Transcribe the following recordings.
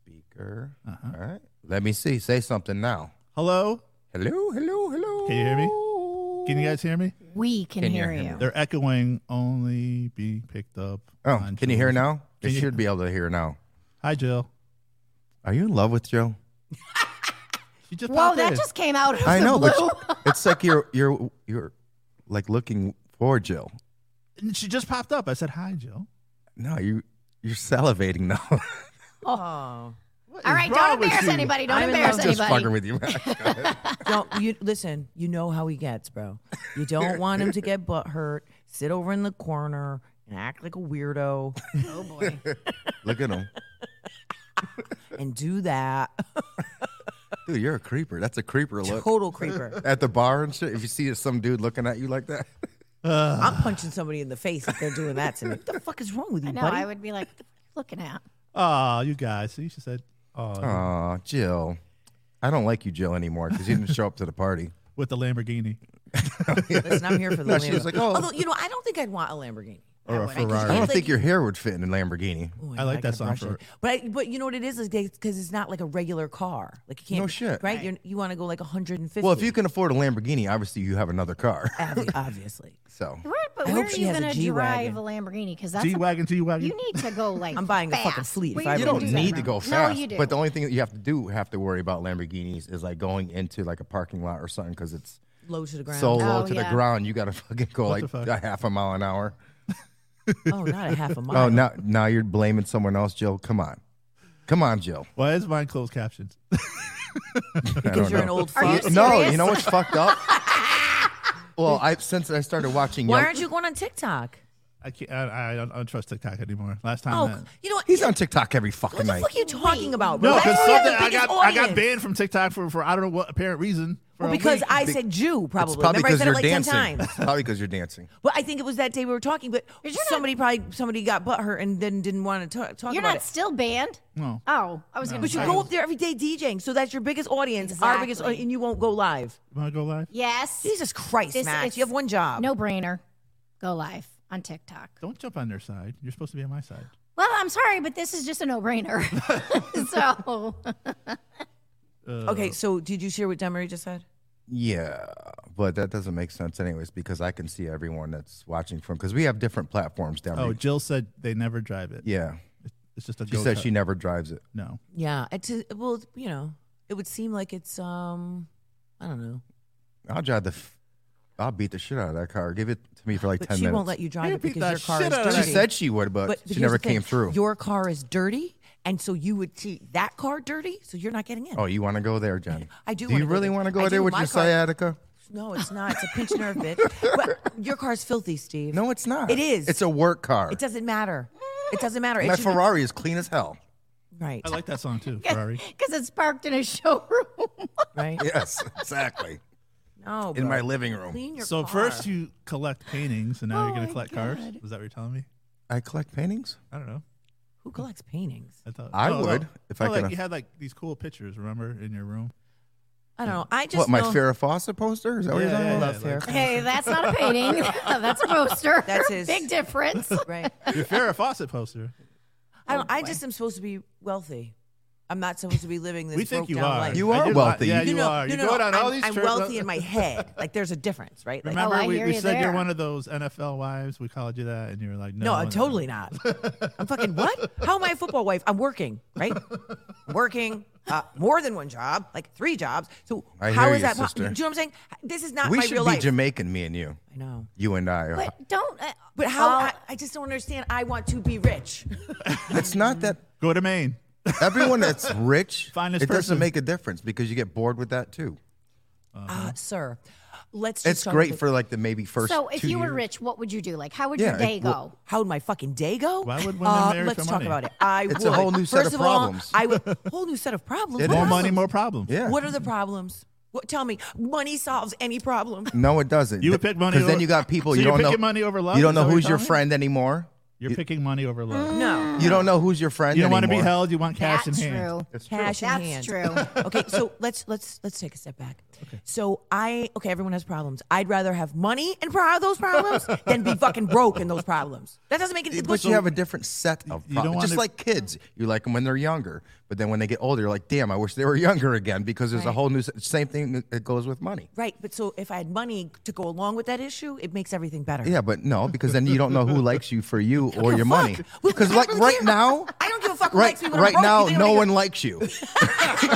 Speaker. All right. Let me see. Say something now. Hello? Hello, hello, hello. Can you hear me? Can you guys hear me? We can, Can you hear hear you. They're echoing only being picked up. Oh, on can you hear Jill's- now? You Can you- should be able to hear now. Hi, Jill. Are you in love with Joe? She just Whoa, popped that in. just came out of I the know, blue. but you- it's like you're you're you're like looking for Jill. And she just popped up. I said, Hi, Jill. No, you you're salivating now. Oh, What All is wrong right, don't with embarrass you? anybody. Don't I'm in embarrass love. Just anybody. fucking with you. don't you listen? You know how he gets, bro. You don't want him to get butt hurt. Sit over in the corner and act like a weirdo oh boy. Look at him, and do that. dude. You're a creeper. That's a creeper look Total creeper. at the bar and shit. If you see some dude looking at you like that, Uh, I'm punching somebody in the face if they're doing that to me. What the fuck is wrong with you, I know. buddy? I would be like, what the fuck are you looking at? Oh, you guys. See, she said, Oh, oh Jill, I don't like you, Jill, anymore because you didn't show up to the party. with the Lamborghini Listen, I'm here for the No, Lamborghini. she was like, "Oh." Although, you know, I don't think I'd want a Lamborghini. or a would. I could- I Ferrari. don't think your hair would fit in a Lamborghini. Ooh, I like got that song depression. for- But I, but you know what it is is because it's not like a regular car. Like you can't. No shit. Right? You're, you want to go like 150. Well, if you can afford a Lamborghini, obviously you have another car. Obvi- obviously. So Where, but I where hope are she you has a going to G-Wagon. drive a Lamborghini? Because that's G a, wagon, G wagon. you need to go like. I'm buying a fast. fucking fleet if We I you would can don't do that need to route. go fast. No, you do. But the only thing that you have to do have to worry about Lamborghinis is like going into like a parking lot or something because it's Low to the ground. so low Oh, to the yeah. ground. You got to fucking go like the fuck? a half a mile an hour. oh, not a half a mile. Oh, now now you're blaming someone else, Jill. Come on, come on, Jill. Why is mine closed captions? I Because don't you're an know. old Are you fuck. serious? no, you know what's fucked up. Well, I since I started watching, Why Young- aren't you going on TikTok? I can't. I, I, don't, I don't trust TikTok anymore. Last time. Oh, that- you know what? he's on TikTok every what fucking the night. fuck are you talking about? bro? No, That's because where you have something I got the biggest I got audience. banned from TikTok for, for I don't know what apparent reason. For Well, a because week. I said Jew, probably. It's probably Remember, I because said you're it like dancing. ten times. It's probably because you're dancing. Well, I think it was that day we were talking, but somebody probably somebody got butthurt and then didn't want to talk, talk You're about not it. still banned? No. Oh, I was going to But you go up there every day DJing, so that's your biggest audience, our biggest, Exactly. au- and you won't go live. Want to go live? Yes. Jesus Christ, This- Max, it's- you have one job. No brainer. Go live on TikTok. Don't jump on their side. You're supposed to be on my side. Well, I'm sorry, but this is just a no brainer. so, Okay, so did you hear what Demarie just said? Yeah, but that doesn't make sense, anyways, because I can see everyone that's watching from because we have different platforms down Oh, here. Jill said they never drive it. Yeah, It's just a she said she never drives it. no. Yeah, it's a, well, you know, it would seem like it's um, I don't know, I'll drive the, f- I'll beat the shit out of that car. Give it to me for like but ten she minutes. won't let you drive You it beat because your the car shit is out of dirty. that she said she would, but, but she here's never the thing, came through. Your car is dirty, and so you would see that car dirty, so you're not getting in. oh, you want to go there, Jen? I do Do you wanna go really there. want to I go do. there with My your car- sciatica? No, it's not. It's a pinch nerve, bitch. But your car's filthy, Steve. No, it's not. It is. It's a work car. It doesn't matter. It doesn't matter. It My should- Ferrari is clean as hell. Right. I like that song too, Ferrari. because it's parked in a showroom. Right. Yes, exactly. No. In bro. my living room, Clean your So car. first you collect paintings, and now you're Oh gonna my collect cars. God. Is that what you're telling me? I collect paintings. I don't know. who collects paintings? I thought I would, if I No, like could- you had like these cool pictures. Remember in your room? I don't know. I just What my know- Farrah Fawcett poster? Is that what you're Yeah, talking yeah, about? yeah, Farrah like- hey, that's not a painting. that's a poster. That's his- Big difference. Right. Your Farrah Fawcett poster. I don't. I just am supposed to be wealthy. I'm not supposed to be living this. we think broke you down are. Life. You are I did- wealthy. Yeah, You you know, are. No, You're no, going on I'm, all these I'm trips. wealthy in my head. Like there's a difference, right? Like, Remember, Oh, I we, hear we you said you're there. one of those NFL wives. We called you that, and you were like, no, no, I'm I'm totally not. I'm fucking what? How am I a football wife? I'm working, right? working uh, more than one job, like three jobs. So how I is hear you, that? po- sister. Do you know what I'm saying? This is not We my should real be life. Jamaican, me and you. I know. You and I. Are, But don't. Uh, But how? all- I, I just don't understand. I want to be rich. it's not that Go to Maine. everyone that's rich. Finest it person. doesn't make a difference because you get bored with that too. Uh, sir, let's. just Uh-huh. It's talk great about- for like the maybe first. so, if two you were years. rich, what would you do? Like, how would Yeah, your day it- go? well- How would my fucking day go? Why would women uh, marry Let's for talk money? about it. I It's a would. whole new set First of all, problems. I would whole new set of problems. It What More is. money, problems? more problems. Yeah. What are the problems? What, tell me, money solves any problem. No, it doesn't. You would pick money because then over- you got people So you you're don't know. picking money over love? You Is don't that know what who's you're your telling me? friend anymore. You're picking money over love. No. You don't know who's your friend. You don't want to be Mm. anymore. held. You want cash That's in hand. true. It's true. Cash in That's hand. true. okay, so let's let's let's take a step back. So I okay, everyone has problems. I'd rather have money and pro- those problems than be fucking broke in those problems. That doesn't make any But you have a different set of You don't problems. Just wanna- like kids, you like them when they're younger, but then when they get older, you're like, damn, I wish they were younger again because there's a whole new s- same thing that goes with money. right, but so if I had money to go along with that issue, it makes everything better. Yeah, but no, because then you don't know who likes you for you or your money. Well, Because I like really right care. now, I don't give a fuck who right likes me when I'm right broke. You now, think I'm no gonna one likes you.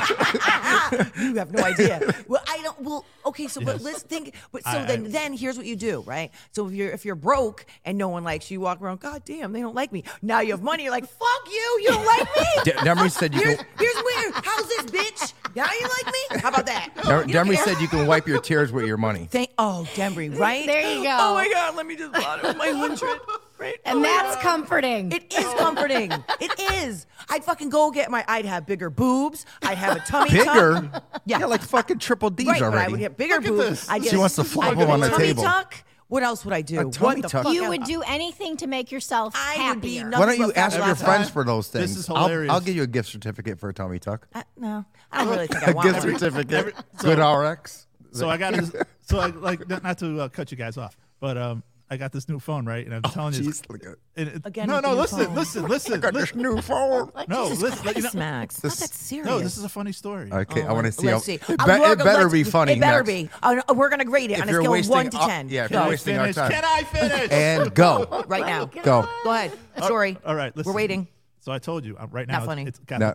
you have no idea. Well, I don't. Well, okay. So, but let's think. But so I- then, I- then here's what you do, right? So if you're if you're broke and no one likes you, you walk around. God damn, they don't like me. Now you have money. You're like, fuck you. You don't like me. De- Demry said you Here's, can- here's where. How's this bitch? Now you like me? How about that? Dem- You don't Demry care. said you can wipe your tears with your money. Thank, oh, Demry, right? There you go. Oh my God, let me just blot out my hundred. Right? And Oh my that's God. comforting. It is comforting. it is. I'd fucking go get my. I'd have bigger boobs. I'd have a tummy. tuck. Bigger, Yeah. like fucking triple D's Right, but I already. would get bigger Look at boobs. this. I'd get She a- wants to flop I'd get 'em on a the tummy table. Tuck. What else would I do? A tummy what the tuck. fuck? you else? would do anything to make yourself I would be happier. nothing Why don't you but ask fat your lots of- friends for those This things? is I'll- I'll, hilarious. give you a gift certificate for a tummy tuck. I- no, I don't really think I A want gift one. certificate. so- Good RX. So I got this. So I, like, not, not to uh, cut you guys off, but um, I got this new phone, right? And I'm telling you, Oh, Jeez, look at and it- Again no, with no, the new listen, phone. listen, listen, got this listen. new phone. No, Jesus listen, like, you Christ, know- Max. Not This- that serious. No, this is a funny story. Okay, Oh, I want to let's- see. how- Let's see. It, be- I'm gonna- it better let's- be funny. It better next. be. Oh, no, We're gonna grade it If on a you're scale of wasting, one to uh, ten. yeah, if Go. you're wasting our Finish. time. Can I finish? and go. right now. Go. Go ahead. Oh, Sorry. All right, listen. We're waiting. So I told you, I'm, right now, Not funny. it's, it's got No.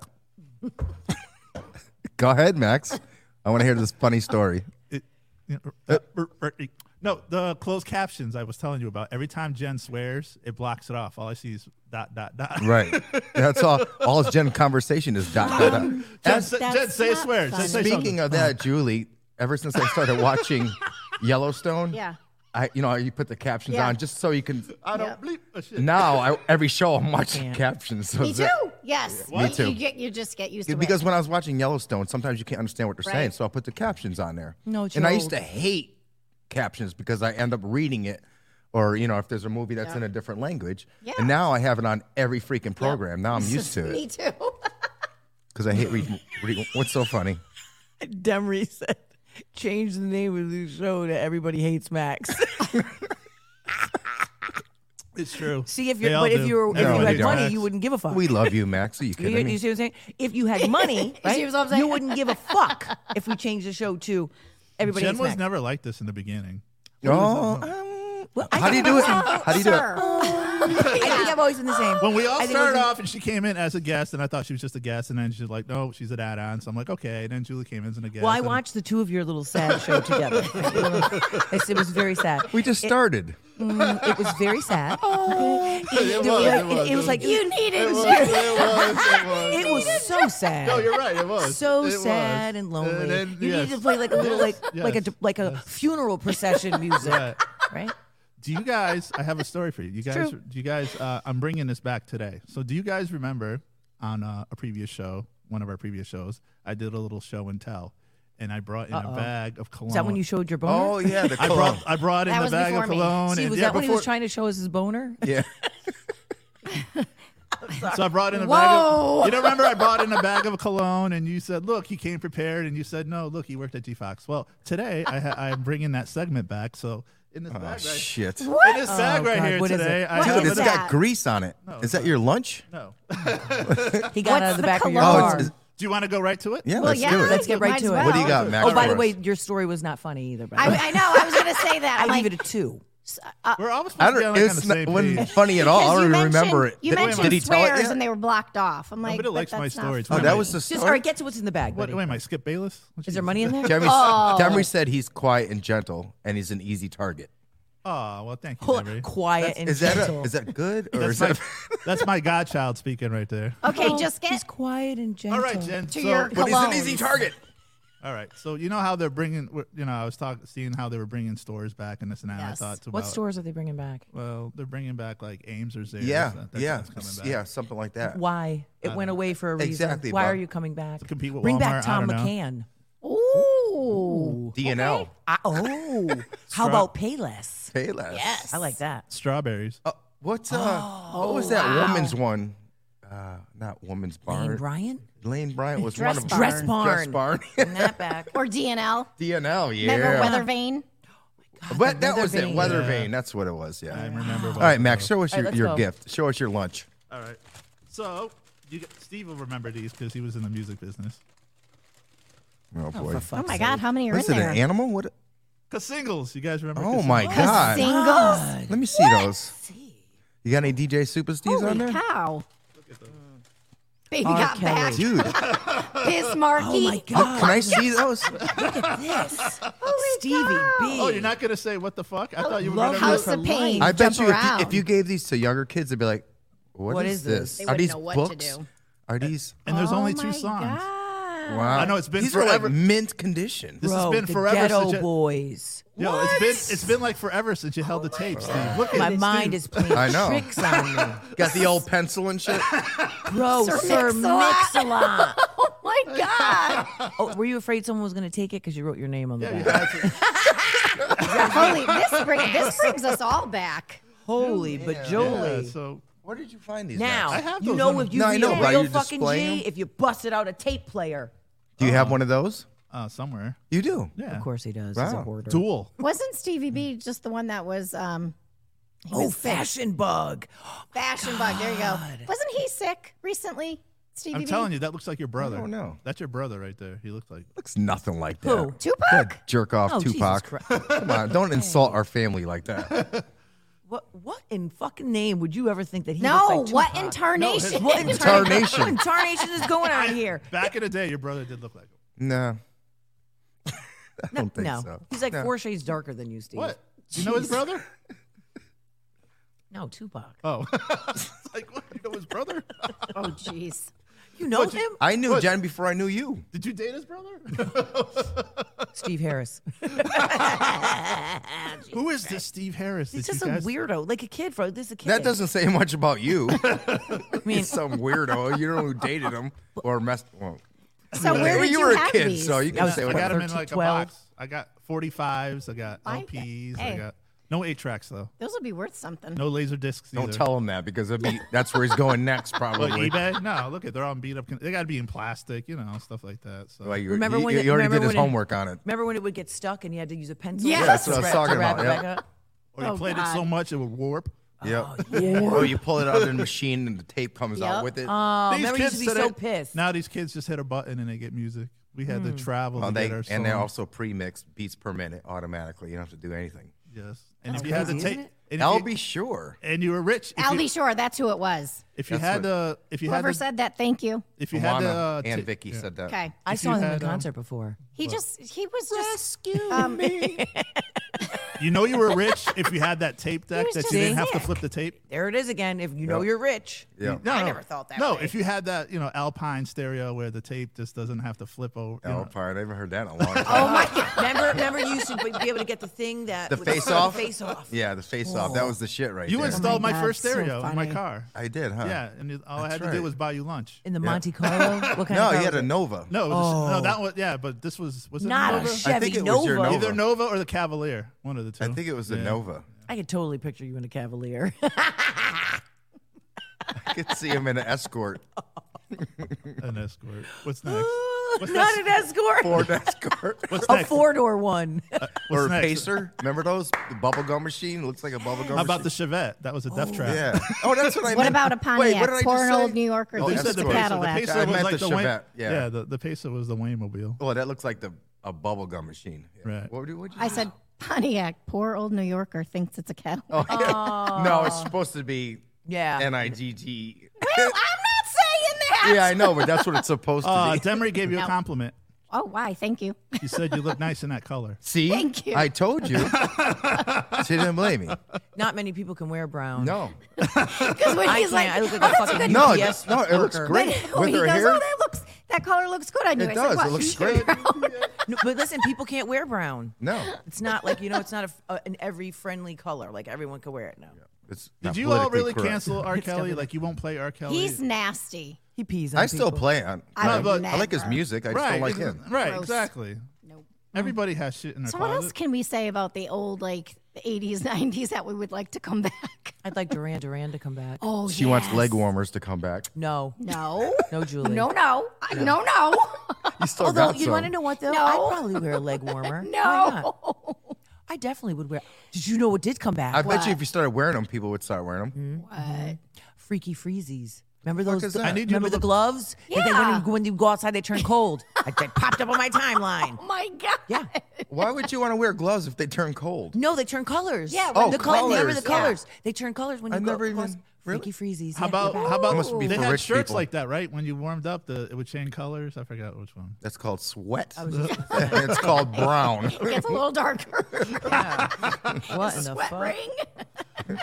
the- go ahead, Max. I want to hear this funny story. it, you know, er, er, er, no, the closed captions I was telling you about. Every time Jen swears, it blocks it off. All I see is dot dot dot. Right. That's all. All Gen conversation is dot dot dot. Jen, sa- That's Jen say not swear. Jen funny. say Speaking something. of that, Julie, ever since I started watching Yellowstone, Yeah. I you know you put the captions Yeah. on just so you can. I don't Yep. bleep a shit. Now I, every show I'm watching captions. So Me that- too. Yes. Me You- too. You, get, you just get used to because it. when I was watching Yellowstone, sometimes you can't understand what they're saying, Right. so I put the captions on there. No and I joke. used to hate captions because I end up reading it, or you know, if there's a movie that's in a different language. Yeah. And now I have it on every freaking program. Now I'm used to Me it too. because I hate reading. reading what's so funny? Demry said, change the name of the show to Everybody Hates Max. It's true. See if They you all but if do. you were if No, you they had don't. money, you wouldn't give a fuck. We love you, Max. Are you You, kidding you me? see what I'm saying? If you had money, right, what I'm saying? you wouldn't give a fuck if we changed the show to everybody. Jen Hates was Max. never like this in the beginning. Oh, um, how do you do it? How do you do it? Oh, I think I've always been the same. When we I all think it started was- off, and she came in as a guest, and I thought she was just a guest, and then she's like, "No, she's an add-on." So I'm like, "Okay." And then Julie came in as a guest. Well, I and- watched the two of your little sad show together. It's- it was very sad. We just started. Mm, it was very sad. Okay. It, was, like- Oh. it was, it was like You needed It was, to. it was, it was so sad. No, you're right. It was so It was. sad and lonely. then- you yes. need to play like a little like Yes, like a yes, like a funeral procession music, Right. right? Do you guys? I have a story for you. You guys, true. do you guys? Uh, I'm bringing this back today. So, do you guys remember on uh, a previous show, one of our previous shows, I did a little show and tell, and I brought in a bag of cologne. Is that when you showed your boner? Oh yeah, the I cologne. brought I brought in That a was bag of before me. cologne. See, and, was yeah, that when he before- was trying to show us his boner? Yeah. So I brought in a bag. Of, you don't remember I brought in a bag of cologne, and you said, "Look, he came prepared," and you said, "No, look, he worked at G Fox." Well, today I ha- I'm bringing that segment back. So in this bag, Oh right, shit. in this bag Oh, right God, here what is it? today, I What have Dude, an- is it's that? got grease on it. Is that your lunch? no. He got What's out of the, the back of your cologne? Oh, car. it's, it's, Do you want to go right to it? yeah, Well, let's yeah, do Let's it. get you right might to as it. well. What do you got, Max? Oh, by for the us? way, your story was not funny either. By the way. I, I know. I was going to say that. I like, leave it at two. We're all supposed I to be don't. on, like, on It's the not, same wasn't page. funny at all. I Because don't you even mentioned- Oh, remember it. You Did- mentioned did he tell swears it? yet? and they were blocked off. I'm like, Nobody but likes my that's not story. It's Oh, my that life. was the Just all right, story. get to what's in the bag. What, buddy. wait, am I Skip Bayless? What Is you- there money in there? Jeremy, Oh. Jeremy said he's quiet and gentle, and he's an easy target. Oh, well, thank you, Hold- Debbie. quiet and Is that a, gentle. is that good or is That's that? my, that's my godchild speaking right there. Oh, Okay, just He's get quiet and gentle. All right, Jen. to so, your But he's an cologne. easy target. all right. So you know how they're bringing, you know, I was talking, seeing how they were bringing stores back and this and that. I Yes. thought about What stores are they bringing back? Well, they're bringing back like Ames or Zares. Yeah, That- that's yeah, what's coming back. yeah, something like that. Why? It went away for a reason. Exactly, Why Bob. are you coming back? To compete with Bring back Walmart, I Tom don't know. McCann. Ooh. D and L, I, oh, how about Payless? Payless. Yes. I like that. Strawberries. Oh, What's uh? what was Oh, that woman's one? Uh, not woman's barn. Name Brian? Lane Bryant was Dress one of barn. Dress barn. Barn. Not back. or DNL. DNL, yeah. Remember Weather Vane? but that was Weather it. vane. Weather vane. That's what it was. Yeah. I remember. All right, Max. Show us All right, your, let's your go. gift. Show us your lunch. All right. So you got, Steve will remember these because he was in the music business. Oh boy. For Oh fuck's my sake. God, how many are Listen, in an there? animal? What? Cause singles, you guys remember? Oh Cause my Singles? God. Singles. Let me see those. You got any DJ Super Stees on Holy there? cow. Baby R. got Kelly. back. Dude, look, Piss Oh my Marky. can God. I see those? Look at this. Stevie B. Oh, you're not gonna say what the fuck? I thought you were love gonna. how House of Pain. I bet Jump you if, you around. if you gave these to younger kids, they'd be like, What is is this? this? They Are wouldn't these know what to books? do. Are these? And there's Oh only two my songs. God. Wow. I know, it's been these Are forever. like mint condition. This Bro, has been the forever. Ghetto since you- Boys. Yo, it's been it's been like forever since you held the tape, Steve. Look at My it, mind Steve. is playing I know. tricks on me. Got the old pencil and shit. Bro, Sir Sir Mix-a-Lot. Mix-a-Lot. Oh my God. Oh, were you afraid someone was going to take it because you wrote your name on the Yeah, back? yeah, Holy, this, bring, this brings us all back. Holy, but yeah, Jolie. so Where did you find these? Now, Max? have you those know on- if you No, I be know, a right? real You're fucking displaying G them? if you busted out a tape player. do you have one of those? uh, somewhere. You do. Yeah. Of course he does. He's Wow. a hoarder. Duel. Wasn't Stevie B just the one that was, um, he Oh, was sick. fashion bug. Fashion bug. There you go. Wasn't he sick recently, Stevie I'm B? telling you, that looks like your brother. don't know. That's your brother right there. He looked like. Looks nothing like that. Who? Tupac. Jerk off Oh, Jesus Tupac. Christ. Come on, don't insult our family like that. What what in fucking name would you ever think that he No, looks like what Tupac? in tarnation? What in Tarnation. What in tarnation is going on here? Back in the day, your brother did look like. Him. No. I No, don't think no. so. he's like No. four shades darker than you, Steve. What? You know his brother? No, Tupac. Uh, Oh, It's like what? You know his brother? Oh, jeez. You know him, I knew Jen before I knew you. Did you date his brother? Steve Harris. Who is this Steve Harris? He's that you just a guys- weirdo, like a kid. From this is a kid. That doesn't say much about you. I mean, Some weirdo. You don't know who dated him or messed. Well, So where well, did you you, were a have kid, these? so you I can was say I what. got happened. him 13, in like 12. a box. I got 45s. I got Why- LPs. I hey. got no eight tracks though. Those would be worth something. No laser discs. Don't either. tell him that because it'll be, that's where he's going next, What, probably. eBay? No, look at they're all beat up. con- They got to be in plastic, you know, stuff like that. So Well, you, Remember you, when you it- already remember did his when it- homework on it. remember when it would get stuck and you had to use a pencil? Yeah, to that's what I was wrap- talking to wrap about, it back yeah. up? or you Oh, Oh, played it so much it would warp. Yep. Or Oh, you pull it out of the machine and the tape comes out Yep. with it. Oh, These remember you used to be so today- pissed. Hmm. Now these kids just hit a button and they get music. We had to travel Oh, to they, get our and they're song. also pre-mixed beats per minute automatically. You don't have to do anything. yes. And if you had to crazy, take, isn't it? and if I'll you- be sure. and you were rich. If Albie you, Shore, that's who it was. if you That's had what- to, if you had Whoever to, said that, thank you. if you had to, Moana uh, and ta- Vicky yeah. said that. Okay. I you saw him in had, um, concert before. He just, he was just, um, You know you were rich if you had that tape deck was that just you didn't have to sick. flip the tape. There it is again. If you know Yep. you're rich, Yeah. No, I no. never thought that No, way. if you had that, you know, Alpine stereo where the tape just doesn't have to flip over. you know. Oh, fire. I haven't heard that in a long time. Oh my God. Remember, remember, you used to be be able to get the thing that The was- face off? Face off. Yeah, the face off. That was the shit right You there. Oh installed my, God, first so stereo in my funny. car. I did, huh? Yeah, and it- all I That's had to right. do was buy you lunch. In the Monte Carlo. What kind No, of? he car had was a it? Nova. No, it was a, Oh. no, that one. Yeah, but this was was it Not a a Nova? Chevy I think it was your Nova. Nova. Either Nova or the Cavalier, one of the two. I think it was the Yeah. Nova. I could totally picture you in a Cavalier. I could see him in an escort. An Escort. What's next? What's next? Not an escort. Ford escort. What's A next? four door one. or a What's next? pacer. Remember those? The bubble gum machine. Looks like a bubble gum How about the machine. Chevette? That was a death trap. Yeah. Oh, that's what I meant. what about a Pontiac? Wait, what did I just Poor an say? old New Yorker Oh, You thinks said that's the it's correct. Pacer. The Cadillac. Pacer I was meant like the the Wayne- Chevette, yeah. yeah, the, the Pacer was the Waynemobile. Oh, that looks like the a bubble gum machine. Yeah. Right. What would you? what'd you I say? said Pontiac. Poor old New Yorker thinks it's a Cadillac. Oh, yeah. No, it's supposed to be. Yeah. N i g g. Well, I'm not saying that. Yeah, I know, but that's what it's supposed Uh, to be. Demery gave you a compliment. Oh, why? Thank you. You said you look nice in that color. See, Thank you. I told you. she didn't blame me. Not many people can wear brown. No, Because when I he's can't. like, I look like "Oh, a that's fucking good no, UPS it- no, it looks worker. great when with he her goes, hair. oh, that looks, that color looks good on you. it I said, does. "What?" It looks great. No, but listen, people can't wear brown. No, It's not like you know. It's not a, a, an every friendly color. Like everyone can wear it now. it's Did not you all politically really correct. cancel R. Kelly? Like you won't play R. Kelly? He's nasty. He pees. On I still people. play on. I I, No, but- I like his never. music. I just right, don't like him. exa- Right, Gross. exactly. Nope. Everybody has shit in their So what closet. else can we say about the old like 80s, 90s that we would like to come back? I'd like Duran Duran to come back. Oh, She wants yes. leg warmers to come back. No, No, no, Julie. no, no, I- no, no, You still Although got you some. want to know what though, No. I'd probably wear a leg warmer. Why not? no. I definitely would wear. Did you know what did come back? I bet you if you started wearing them, people would start wearing Mm-hmm. them. What? Freaky freezies. Remember fuck those? is that? I need you to remember the look- gloves? They- they- when, Yeah. you, when you go outside, they turn cold. I, that popped up on my timeline. Oh my god. Yeah. Why would you want to wear gloves if they turn cold? No, they turn colors. Yeah, Oh, the colors. Remember colours, the yeah. colors? They turn colors when you I go never even- across- really? Freaky freezies. How yeah, they're about back. how about That must be they for had rich shirts people. like that, right? When you warmed up, the it would change colors. I forgot which one. That's called sweat. it's called brown. It gets a little darker. what in the Sweat fuck?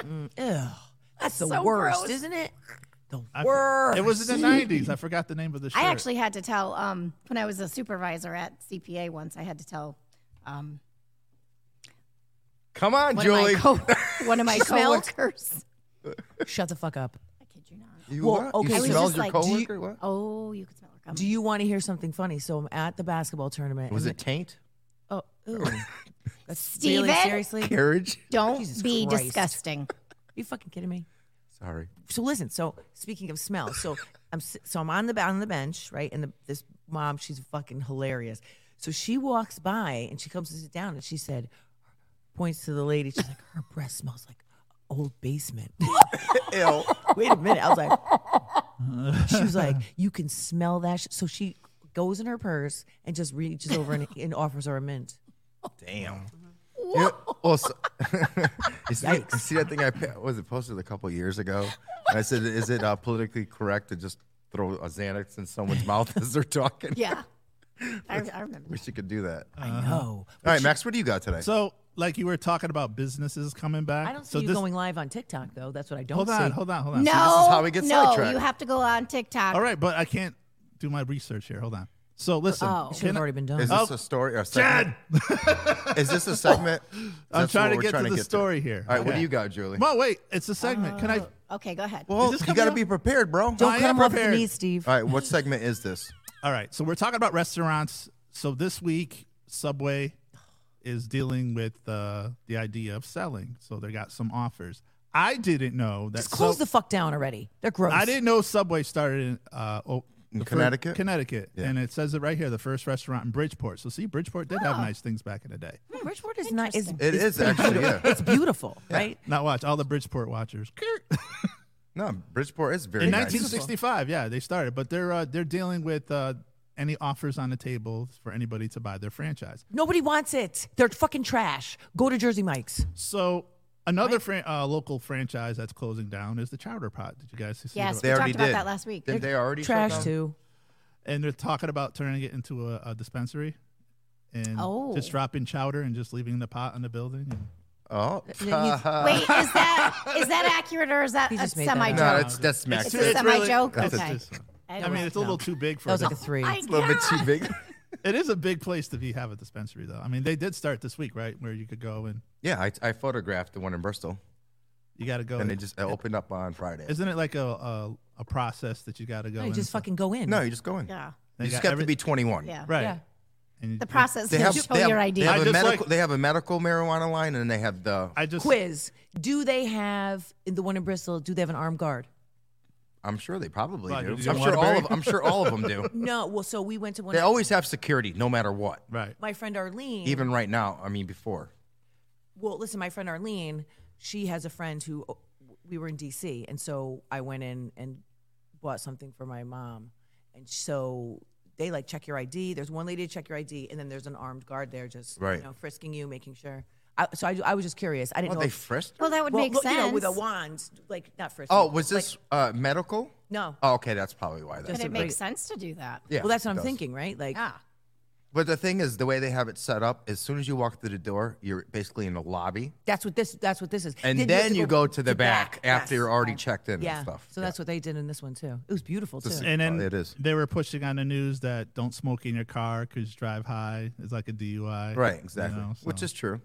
ring. Ugh, that's the So worst, gross. isn't it? The I- worst. It was in the '90s. I forgot the name of the shirt. I actually had to tell um, when I was a supervisor at CPA once. I had to tell um, Come on, one Julie. of my co- one of my smelled? coworkers. Shut the fuck up. I kid you not. you Well, what? okay, I You was smelled just your like, do you- coworker? what? Oh, you could smell her Do coming. you want to hear something funny? So I'm at the basketball tournament. Was and- it taint? Oh, ooh. That's really Steven? seriously? Are Carriage? Don't Jesus be Christ. disgusting. you fucking kidding me? Sorry. so listen. So speaking of smell, so I'm s- so I'm on the on the bench, right? And the, this mom, she's fucking hilarious. So she walks by and she comes to sit down, and she said, points to the lady. She's like, her breath smells like old basement. Ew. Wait a minute. I was like, she was like, you can smell that. Sh-. So she goes in her purse and just reaches over and, and offers her a mint. Damn. You, well, so- you, see, you Yikes. see that thing I pa- was it posted a couple years ago? I said, is it uh, politically correct to just throw a Xanax in someone's mouth as they're talking? Yeah, I, I remember. Wish you could do that. All Uh-huh. I know. right, Max, what do you got today? So, like you were talking about businesses coming back. I don't see so you this, going live on TikTok though. That's what I don't Hold see. on, hold on, hold on. No, So this- how we get no, sidetracked. you have to go on TikTok. all right, but I can't do my research here. Hold on. So listen, Oh. Should have already been done. Is this a story? Or a segment? Is this a segment? I'm That's trying what to we're get to the story here. All right, what do Okay. you got, Julie? Well, wait, it's a segment. Can Uh, I? Okay, go ahead. Well, this you coming got to up? be prepared, bro. I don't am cut him off at the prepared. knees, Steve. All right, what segment is this? All right, so we're talking about restaurants. So this week, Subway is dealing with uh, the idea of selling. So they got some offers. I didn't know that. Just close Sub- the fuck down already. They're gross. I didn't know Subway started in, uh, oh, the In fir- Connecticut? Connecticut, Yeah. and it says it right here, the first restaurant in Bridgeport. So see, Bridgeport did have nice things back in the day. Bridgeport Hmm, is not. Is, It is actually, yeah. It's beautiful, right? Now watch all the Bridgeport watchers. No, Bridgeport is very in nice. 1965, yeah, they started, but they're uh, they're dealing with uh, any offers on the table for anybody to buy their franchise. Nobody wants it. They're fucking trash. Go to Jersey Mike's. So another fran- uh, local franchise that's closing down is the Chowder Pot. Did you guys see? Yes. that? They We already talked about did that last week. Didn't they already shut Trash down? too. and they're talking about turning it into a, a dispensary and Oh. just dropping chowder and just leaving the pot in the building. Oh, Wait, is that is that accurate or is that He a just made that semi up. no, joke? that's that's Max. It's a It's semi joke. it's Okay. just- I I don't mean, it's a little No. too big for. That was like a the- three. I a little bit too big. it is a big place to be have a dispensary though. I mean, they did start this week, right, where you could go and Yeah, I, I photographed the one in Bristol, you got to go. and And it just it opened up on Friday. isn't it like a a, a process that you got to go? No, you in just and stuff? fucking go in. No, you just go in. yeah, They You just got have every- to be 21. yeah. right. Yeah. And you- The process They will have, show they have, your They idea. have, I a just medical, like- they have a medical marijuana line, and they have the. I just Quiz. Do they have in the one in Bristol? Do they have an armed guard? I'm sure they probably Right, do. did you I'm get sure all Waterbury? of I'm sure all of them do. No. Well, so we went to one. They always have security, no matter what. right. my friend Arlene. Even right now, I mean, before. Well, listen, my friend Arlene, she has a friend who oh, we were in DC, and so I went in and bought something for my mom, and so they like check your ID. There's one lady to check your ID, and then there's an armed guard there just Right. you know frisking you, making sure. I, so I, I was just curious. I didn't Oh, know. they if- frisked. her? Well, that would well, make look, sense. You know, with a wand, like not frisking. Oh, was like- this uh, medical? no. Oh, okay, that's probably why. That. but Just- it makes sense to do that. Yeah. well, that's it what I'm does. thinking, right? Like, Yeah. But the thing is, the way they have it set up, as soon as you walk through the door, you're basically in the labby, that's what this. That's what this is. and have then to you go to the back, after Yes. you're already checked in Yeah. and stuff. So that's what they did in this one too. It was beautiful too. This is- And then Oh, it is. They were pushing on the news that don't smoke in your car because drive high is like a DUI. right, you exactly, know, which so. is true.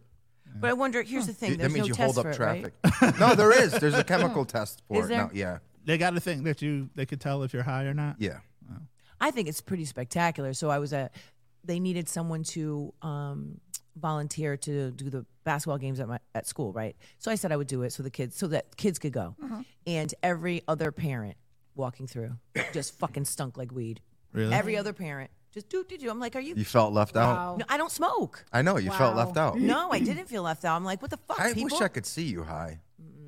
But I wonder. Here's the thing. that There's means no you test hold for up it, right? traffic. no, there is. There's a chemical test for Is it. there? No, yeah, they got a thing that you they could tell if you're high or not. yeah. I think it's pretty spectacular. So I was at, they needed someone to um, volunteer to do the basketball games at my at school, right? So I said I would do it so the kids so that kids could go. And every other parent walking through just fucking stunk like weed. Really? Every other parent just do do do. I'm like, are you? You felt left out. Wow. No, I don't smoke. I know you felt Wow. left out. No, I didn't feel left out. I'm like, what the fuck? I people? wish I could see you high.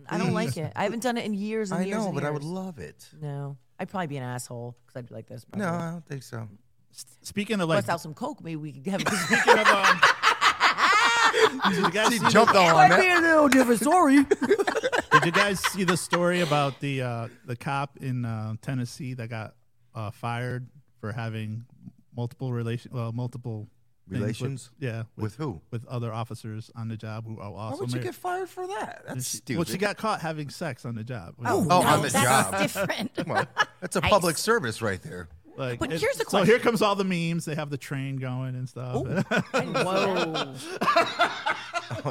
I don't like it. I haven't done it in years and I years. know, and but I would years. love it. No, I'd probably be an asshole because I'd be like this. No, probably. I don't think so. Speaking of like, bust out some coke. Maybe we could have. a speaking of, um, did you guys She see the- jumped all on it. little different story. Did you guys see the story about the uh, the cop in uh, Tennessee that got uh, fired for having multiple relation well multiple things with- Relations? yeah, With who? with other officers on the job who are Why also would you married. get fired for that? That's stupid. well, she got caught having sex on the job. Oh, on the that's job. different. Come on. That's a public service right there. Like, But it- here's the So here comes all the memes. They have the train going and stuff. Whoa! Oh,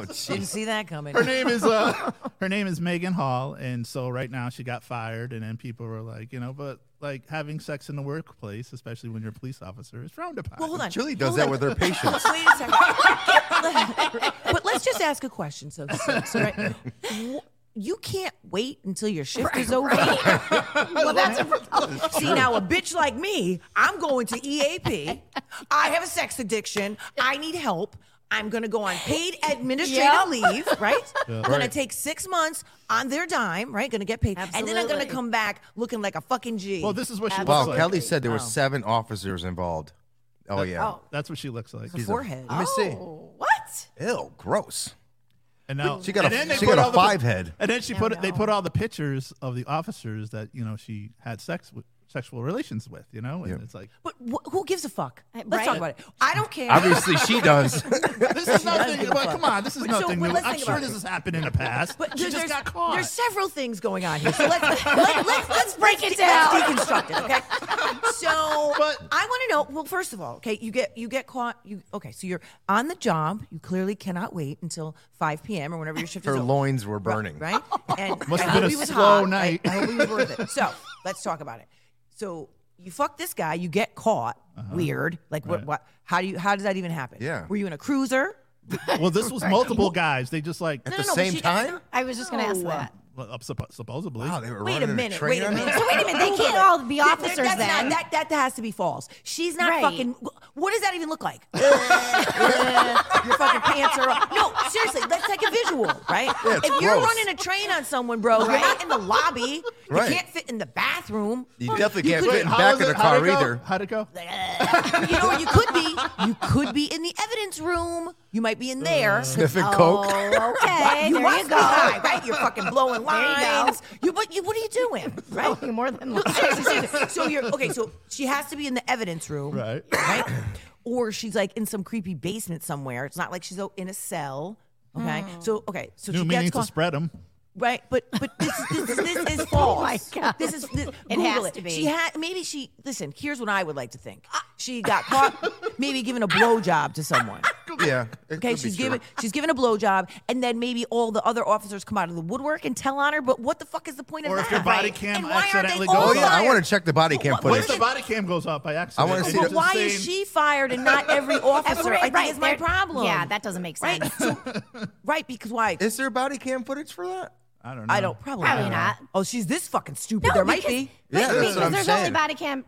jeez. Didn't see that coming. her name is uh, her name is Megan Hall, and so right now she got fired, and then people were like, you know, but like having sex in the workplace, especially when you're a police officer, is frowned upon. Well, hold on. Julie does Hold that on. with her patients. Wait a second. but let's just ask a question. So, so, so, right? Wh- you can't wait until your shift is over. well, that's a problem. See now, a bitch like me, I'm going to EAP. I have a sex addiction. I need help. I'm gonna go on paid administrative Yep. leave, right? I'm gonna Right. take six months on their dime, right? Gonna get paid, and then I'm gonna Absolutely. come back looking like a fucking G. Well, this is what she Wow, looks like. Kelly said there were oh. seven officers involved. Oh, yeah. That's what she looks like. She's a- Forehead. let me see. Oh, what? Ew, gross. And now She got and a- then they she put got a all the- five head. And then she put it- they no. put all the pictures of the officers that you know she had sex with, sexual relations with. You know, and it's like but wh- who gives a fuck? Let's Right. talk about it. I don't care. Obviously, she does. this is nothing. give a Well, fuck. come on, this is So, nothing well, new. let's I'm think sure about this it. has happened in the past. But she there- just there's, got caught. There's several things going on here. So let's let, let's, let's break it down. Let's deconstruct it, okay? So But- I want to know. Well, first of all, okay, you get you get caught. You okay? So you're on the job. You clearly cannot wait until 5 p.m. or whenever your shift Her is over, loins were burning. right? And Must I have hope been a he was slow hot. I- night. I, hope he was worth it. So let's talk about it. So you fuck this guy. You get caught. Uh-huh. Weird. Like what? What? How do you? How does that even happen? Yeah. Were you in a cruiser? well, this was multiple guys. They just like At the no, but same she- time? I was just going to ask that. well, up- suppo- supposedly. Wow, they were Wait a running minute. train Wait a on minute. her? So wait a minute, they can't all be That- officers that's then. Not, that, that has to be false. She's not Right. fucking. What does that even look like? Uh, Your fucking pants are up. No, seriously, let's take a visual, right? Yeah, it's if you're gross. running a train on someone, bro, you're not in the lobby. Right. You can't fit in the bathroom. You definitely can't Wait, fit in how back was of the it- how'd car it go? either. How'd it go? You know, you could be. You could be in the evidence room. You might be in there. Sniffing coke. Oh, okay. Uh. you there must you be go. high, right? You're fucking blowing you go. lines. You, but you, what are you doing, right? You're more than Seriously, seriously. so you're okay. So she has to be in the evidence room, Right. Right, or she's like in some creepy basement somewhere. It's not like she's o- in a cell. Okay, Hmm. so okay, so New she gets meaning to caught, spread them. right? But but this is- this, is- this is false. Oh my God. This is this, It Google has to be. Ah. She had maybe she listen. Here's what I would like to think. She got caught maybe giving a blowjob to someone. Yeah. it Okay, could be she's true. giving she's giving a blowjob, and then maybe all the other officers come out of the woodwork and tell on her. But what the fuck is the point Or of if that? your body Right. cam and why accidentally aren't they goes all Oh, yeah. I fired? want to check the body cam What- what Once footage. is the body cam goes off by accident, I wanna and see it's the- But just why is saying- she fired and not every officer? I Right, think right, is my there- problem. Yeah, that doesn't make sense. right. So, right, because why? Is there body cam footage for that? I don't know. I don't probably, Probably not. not. Oh, she's this fucking stupid. there might be. Yeah, that's because what I'm there's only saying. body cam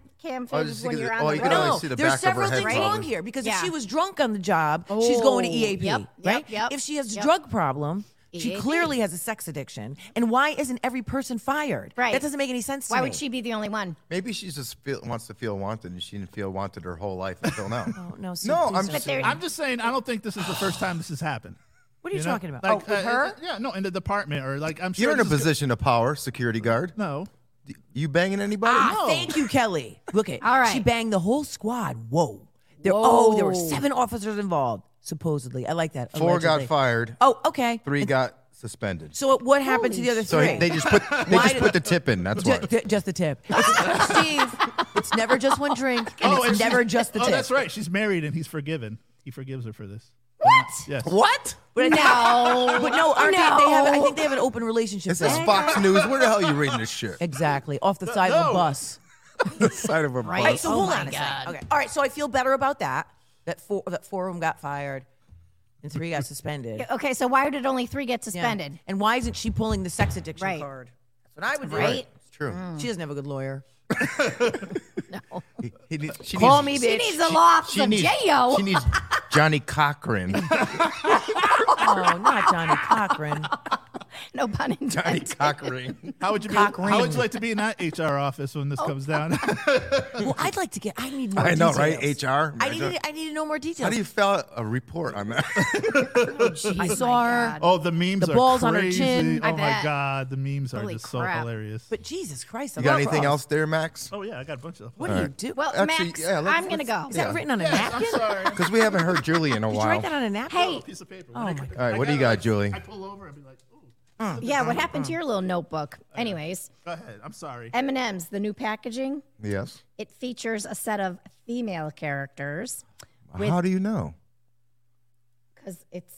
Oh, cam footage just when because you're it- on oh, the you road. can only No, see the there's back of her several head things wrong probably. here because Yeah. if she was drunk on the job, she's going to Oh, EAP, yep, yep, right? yep, if she has a yep. drug problem, she EAP. clearly has a sex addiction. And why isn't every person fired? Right. That doesn't make any sense to Why me. would she be the only one? Maybe she just feel, wants to feel wanted, and she didn't feel wanted her whole life until now. Oh, no, Sue, no, please I'm don't. just But there- I'm just saying. I don't think this is the first time this has happened. What are you, know? talking about? Like, oh, with uh, her? uh, Yeah, no, in the department or like I'm sure You're in a this is gonna- position of power, security guard. No, You banging anybody? Ah, thank you, Kelly. Look at All right. She banged the whole squad. Whoa. There, Oh, there were seven officers involved, supposedly. I like that. Four got allegedly. fired. Oh, okay. Three got suspended. So what happened to the other So three? he- they just put they Why just did- put the tip in. That's Ju- why. ju- just the tip. It's- Steve, it's never just one drink, and Oh, it's and she's- never just the Oh, tip. that's right. She's married and he's forgiven. He forgives her for this. What? Yes. What? But I think- No. But no, aren't They, they have, I No. think they have an open relationship. This is now. Fox News. Where the hell are you reading this shit? exactly off the side of a No. bus. Side of a bus. All right, so Oh hold my on a God. second. Okay, all right. So I feel better about that. That four that four of them got fired. and three got suspended. Okay, so why did only three get Yeah. suspended? And why isn't she pulling the sex addiction Right. card? That's what I would do. Right? It's true. She doesn't have a good lawyer. He, he needs, she Call needs, me, She bitch. needs a law She from needs, J.O. she needs Johnny Cochran. oh, not Johnny Cochran. No pun intended. Johnny Cochran. How would you be? Cock How would ring. Oh. you like to be in that HR office when this comes down? Well, I'd like to get. I need more. I know, details. right? HR. I need. to- I need to know more details. How do you file a report on that? I Jeez, saw my God. her. oh, the memes The are balls on her crazy. chin. Oh I my bet. god, the memes are Holy just so crap. hilarious. But Jesus Christ! You got anything else there, Max? oh yeah, I got a bunch of. What do you do? Well, Actually, Max, yeah, let's- I'm going to let's- go. is that yeah. written on a I'm napkin? sorry. Because we haven't heard Julie in a Did you while. write that on a napkin? Hey, piece of paper. Oh my God. All right, what do you got, Julie? I pull over and be like, "Ooh, yeah, what happened to your little notebook? Anyways, go ahead. I'm sorry." M&M's, the new packaging, Yes. it features a set of female characters With- How do you know? because it's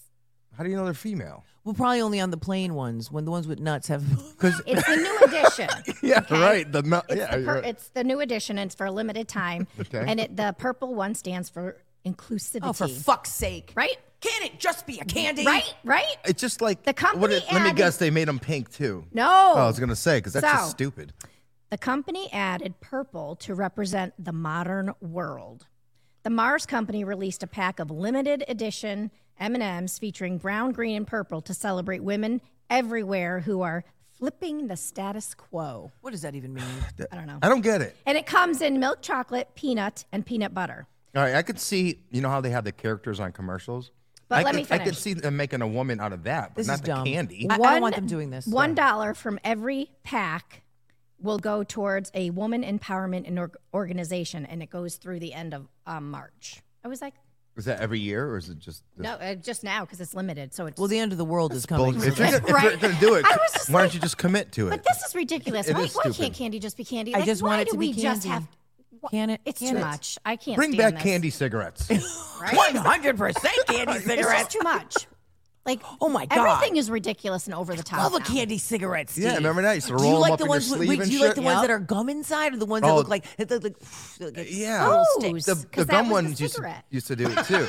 How do you know they're female? Well, probably only on the plain ones. When the ones with nuts have. it's the new edition. Yeah, right. The mel- It's, yeah, the you're pur- right. it's the new edition, and it's for a limited time. Okay. And it, the purple one stands for inclusivity. oh, for fuck's sake! right? Can it just be a candy? Right? Right? It's just like The company What let me ad guess, is- they made them pink too. No. Oh, I was gonna say because that's just So- stupid. The company added purple to represent the modern world. The Mars company released a pack of limited edition M&Ms featuring brown, green, and purple to celebrate women everywhere who are flipping the status quo. What does that even mean? I don't know. I don't get it. And it comes in milk chocolate, peanut, and peanut butter. All right, I could see. You know how they have the characters on commercials. But I could, let me I could finish. see them making a woman out of that, but This not is the dumb. candy. I, I don't want them doing this. One dollar from every pack will go towards a woman empowerment and org- organization, and it goes through the end of um, March. I was like, Is that every year or is it just? This? no, uh, just now because it's limited. So it's Well, the end of the world is Well, coming. if you're, gonna, if you're Right. gonna do it, I was just why don't you just commit to it? But this is ridiculous. It why, is why stupid. can't candy just be candy? I Like, just why want it do to we be candy. just have? Can it? It's can too it? much. I can't Bring back stand this, candy cigarettes. Right? One hundred percent candy It's just cigarettes. too much. Like Oh my god! everything is ridiculous and over the top. Love a now. candy cigarette, Steve. Yeah, remember that? You used to Do roll you 'em like up the in your ones? with- sleeve wait, and do you like shit? the ones that Yep. are gum inside, or the ones that Oh. look like, that look like, that look- Yeah. little Oh, sticks? The, 'cause the that gum was the ones used, to- cigarette. used to do it too.